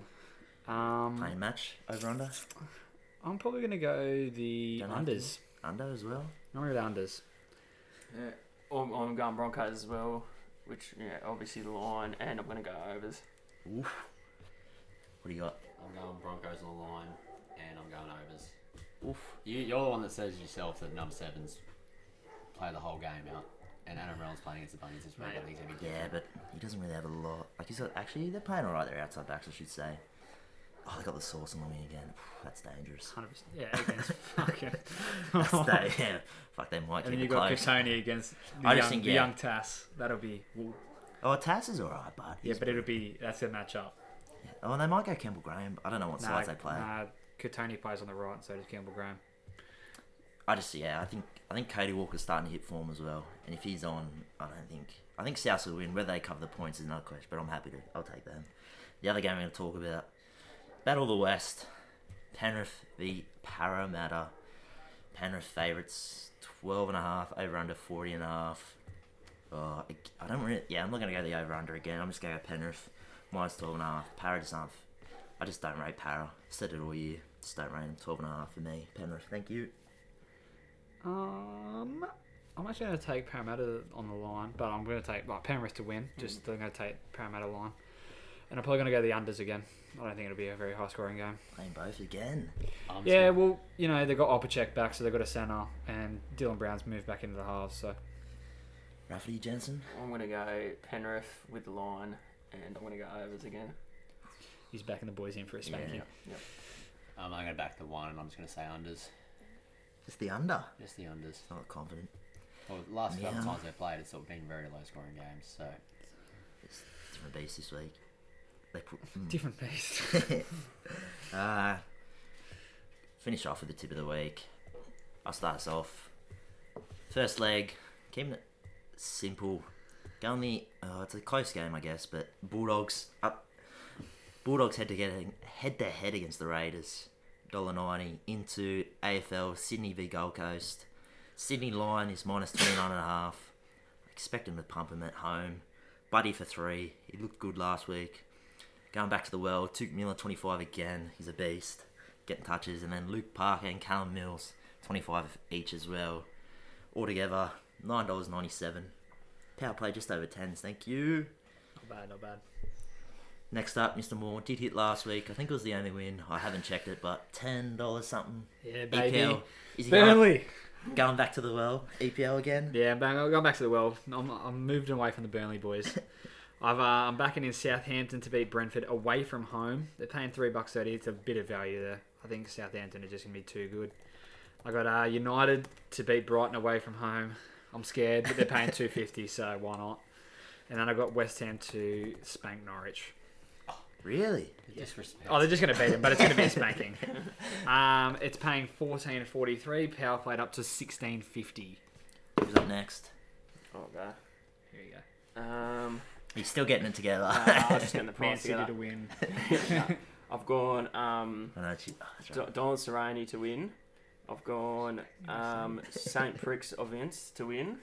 Speaker 3: Um,
Speaker 2: Playing match over under
Speaker 3: I'm probably going to go the
Speaker 2: Don't have to.
Speaker 3: unders.
Speaker 2: under as well.
Speaker 3: I'm going to go the unders.
Speaker 5: Yeah. I'm, I'm going Broncos as well, which yeah, obviously the line, and I'm gonna go overs.
Speaker 2: Oof. What do you got?
Speaker 4: I'm going Broncos on the line and I'm going overs.
Speaker 2: Oof.
Speaker 4: You, you're the one that says yourself that number sevens play the whole game out. And Adam Reynolds playing against the Bunnies is really
Speaker 3: Mate.
Speaker 4: good. He's gonna be
Speaker 2: Yeah, but he doesn't really have a lot. Like he's got, actually they're playing alright. Their outside backs, I should say. Oh, they got the sauce on the wing again. That's dangerous.
Speaker 3: 100%. Yeah, against fucking.
Speaker 2: That's da- yeah. Fuck, they might keep
Speaker 3: And then
Speaker 2: it
Speaker 3: you got
Speaker 2: close.
Speaker 3: Katoni against the,
Speaker 2: I
Speaker 3: young,
Speaker 2: just think,
Speaker 3: the
Speaker 2: yeah.
Speaker 3: young Tass. That'll be well,
Speaker 2: Oh, Tass is alright, but
Speaker 3: yeah,
Speaker 2: he's-
Speaker 3: but it'll be that's their matchup.
Speaker 2: oh, and they might go Campbell Graham. I don't know what sides they play.
Speaker 3: nah, Katoni plays on the right, and so does Campbell Graham.
Speaker 2: I just yeah, I think I think Cody Walker's starting to hit form as well, and if he's on, I don't think I think South will win. Whether they cover the points is another question, but I'm happy to. I'll take them. The other game we're going to talk about Battle of the West, Penrith v Parramatta. Penrith favourites 12 and a half over under 40 and a half. Oh, I- I don't really. Yeah, I'm not going to go the over under again. I'm just going to go Penrith minus 12 and a half. Para just aren't. I just don't rate Para. Said it all year. Just don't rate him 12 and a half for me. Penrith, thank you.
Speaker 3: Um, I'm actually going to take Parramatta on the line, but I'm going to take well, Penrith to win. Just I'm going to take Parramatta line, and I'm probably going to go the unders again. I don't think it'll be a very high scoring game.
Speaker 2: Playing both again.
Speaker 4: I'm
Speaker 3: Yeah,
Speaker 4: just
Speaker 3: well, you know they've got Opacek back, so they've got a centre, and Dylan Brown's moved back into the halves. So
Speaker 2: Rafferty Jensen.
Speaker 5: I'm gonna go Penrith with the line, and I'm gonna go overs again.
Speaker 3: he's backing the boys in for a spanking.
Speaker 2: Yeah.
Speaker 4: gonna- um, I'm going to back the one, and I'm just going to say unders.
Speaker 2: It's the under.
Speaker 4: Just the unders.
Speaker 2: Not confident.
Speaker 4: Well, the last couple
Speaker 2: Yeah.
Speaker 4: times they've played, it's sort of been very low scoring games. So
Speaker 2: It's a different beast this week. They put. hmm.
Speaker 3: Different beast.
Speaker 2: Uh, finish off with the tip of the week. I'll start us off. First leg, keeping it simple. Going the, uh, it's a close game, I guess, but Bulldogs up. Bulldogs head to get head to head against the Raiders. Dollar ninety into AFL Sydney v Gold Coast. Sydney line is minus twenty nine and a half. Expect him to pump him at home. Buddy for three. He looked good last week going back to the world. Tuke Miller, 25 again. He's a beast. Getting touches. And then Luke Parker and Callum Mills, 25 each as well. Altogether, $9.97. Power play just over 10s. Thank you.
Speaker 3: not bad, not bad.
Speaker 2: Next up, Mr. Moore did hit last week. I think it was the only win. I haven't checked it, but $10 something.
Speaker 3: Yeah,
Speaker 2: EPL.
Speaker 3: baby.
Speaker 2: Is he going,
Speaker 3: E Burnley.
Speaker 2: going back to the well? EPL again?
Speaker 3: Yeah, bang. I'm going back to the well. I'm, I'm moving away from the Burnley boys. I've, uh, I'm backing in Southampton to beat Brentford away from home. They're paying three bucks thirty. It's a bit of value there. I think Southampton are just gonna be too good. I got uh, United to beat Brighton away from home. I'm scared, but they're paying two fifty, so why not? And then I got West Ham to spank Norwich.
Speaker 2: Really?
Speaker 4: the disrespect.
Speaker 3: Oh, they're just going to beat them, but it's going to be a spanking. Um, it's paying fourteen forty three. Power played up to sixteen fifty.
Speaker 2: Who's up next?
Speaker 5: I'll go.
Speaker 3: Here you
Speaker 5: Oh,
Speaker 3: go.
Speaker 5: Um,
Speaker 2: He's still getting it together.
Speaker 5: uh, I was just getting the
Speaker 3: Man
Speaker 5: price
Speaker 3: City to
Speaker 5: together.
Speaker 3: win.
Speaker 5: I've gone um,
Speaker 2: I know, she- oh, that's right.
Speaker 5: Do- Don Serrani to win. I've gone um, Saint Pricks of Vince to win.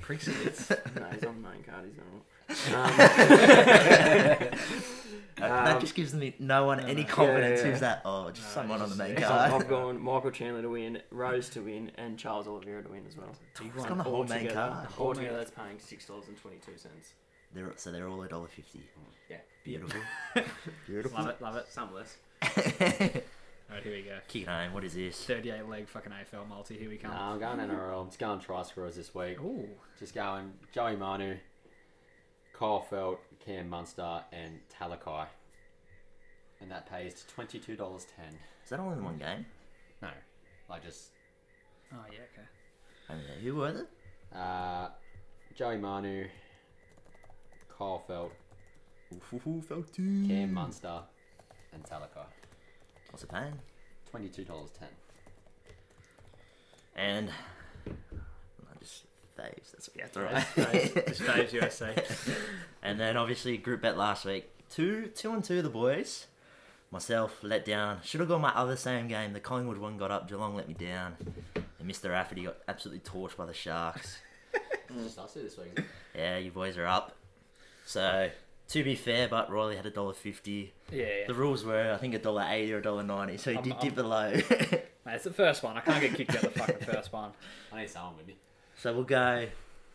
Speaker 3: Prix's.
Speaker 5: No, he's on the main card. He's not. Um,
Speaker 2: That, that just gives me no one any confidence.
Speaker 5: Yeah, yeah,
Speaker 2: Who's that? Oh, just
Speaker 3: No,
Speaker 2: someone on the
Speaker 3: it's-
Speaker 2: main
Speaker 3: it's-
Speaker 2: card.
Speaker 5: I've gone Michael Chandler to win, Rose to win, and Charles Oliveira to win as well.
Speaker 3: Big
Speaker 2: It's
Speaker 3: one.
Speaker 2: got the whole main
Speaker 5: Altogether-
Speaker 2: card.
Speaker 5: Altogether, that's paying six dollars and twenty-two cents.
Speaker 2: They're, so they're all a dollar fifty.
Speaker 5: Yeah,
Speaker 2: Beautiful. Beautiful.
Speaker 3: Love it, love it.
Speaker 5: some less.
Speaker 3: All right, here we go.
Speaker 2: Kick it home. What is this?
Speaker 3: 38 leg fucking AFL multi. Here we come.
Speaker 4: Nah, I'm going NRL. I'm just going try scorers this week.
Speaker 3: Ooh.
Speaker 4: Just going Joey Manu, Kyle Felt, Cam Munster, and Talakai. And that pays to twenty two dollars ten.
Speaker 2: Is that all in one game?
Speaker 4: No, I just
Speaker 3: Oh, yeah, okay.
Speaker 2: I don't know. Who were they?
Speaker 4: uh, Joey Manu, Kyle Felt, Cam Munster, and Talakai.
Speaker 2: What's the pain?
Speaker 4: Twenty two dollars ten.
Speaker 2: And I just faves. That's yeah, that's all right.
Speaker 3: Just Dave's USA.
Speaker 2: And then obviously group bet last week. Two two and two the boys. Myself let down. Should have gone my other same game. The Collingwood one got up. Geelong let me down. And Mr. Rafferty got absolutely torched by the Sharks.
Speaker 4: Just us this week. isn't it?
Speaker 2: Yeah, you boys are up. So to be fair, but Riley had a dollar fifty.
Speaker 3: Yeah, yeah.
Speaker 2: The rules were I think a dollar eighty or a dollar ninety, so he
Speaker 3: I'm-
Speaker 2: did
Speaker 3: I'm-
Speaker 2: dip below.
Speaker 3: Mate, it's the first one. I can't get kicked out the fucking first one.
Speaker 4: I need someone with me.
Speaker 2: so we'll go.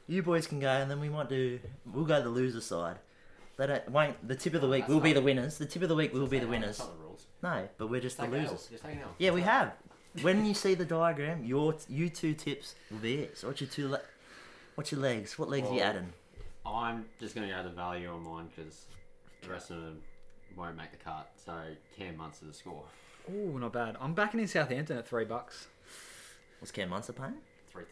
Speaker 2: You boys can go, and then we might do. We'll go the loser side. They don't. Won't the tip of the week
Speaker 4: That's
Speaker 2: will be the
Speaker 4: not-
Speaker 2: winners. The tip of the week will be the
Speaker 4: That's not-
Speaker 2: winners.
Speaker 4: That's not the rules.
Speaker 2: No, but we're just the
Speaker 4: Take
Speaker 2: losers.
Speaker 4: Just take an L.
Speaker 2: Yeah, we have. When you see the diagram, your you two tips will be it. So what's your two? La- What's your legs? What legs are
Speaker 3: Oh.
Speaker 2: you
Speaker 4: Well,
Speaker 2: adding?
Speaker 4: I'm just going to go the value on mine because the rest of them won't make the cut. So Cam Munster to score.
Speaker 3: Ooh, not bad. I'm backing in Southampton at three bucks.
Speaker 2: What's Cam Munster paying?
Speaker 4: 3.30.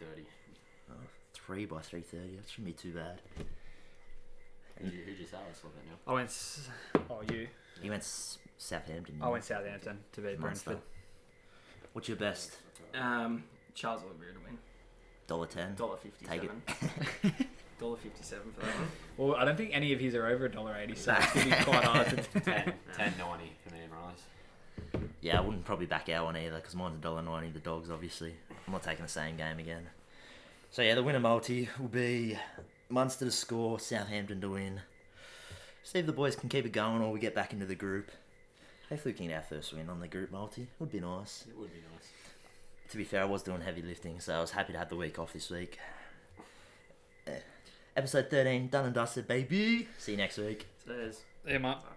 Speaker 2: Three by three thirty. That shouldn't be too bad. Mm.
Speaker 4: Who'd you, who'd you say I was looking at now?
Speaker 3: I went. S- oh, you.
Speaker 2: He went S- Southampton.
Speaker 3: I went Southampton to beat
Speaker 2: Munster.
Speaker 3: Brentford.
Speaker 2: What's your best?
Speaker 5: Um, Charles Oliveira to win.
Speaker 2: Dollar ten.
Speaker 5: Dollar
Speaker 2: Take it.
Speaker 5: fifty-seven. Dollar fifty-seven for that one.
Speaker 3: Well, I don't think any of his are over a dollar eighty, so it's gonna be quite hard. To-
Speaker 4: 10, 10.90 for me and Riley's.
Speaker 2: Yeah, I wouldn't probably back out one either because mine's a dollar ninety. The dogs, obviously. I'm not taking the same game again. So yeah, the winner multi will be Munster to score, Southampton to win. See if the boys can keep it going, or we get back into the group. Hopefully, we can get our first win on the group multi. Would be nice.
Speaker 4: It would be nice.
Speaker 2: To be fair, I was doing heavy lifting, so I was happy to have the week off this week. Eh. Episode 13, done and dusted, baby. See you next week.
Speaker 5: So there's
Speaker 3: Him up.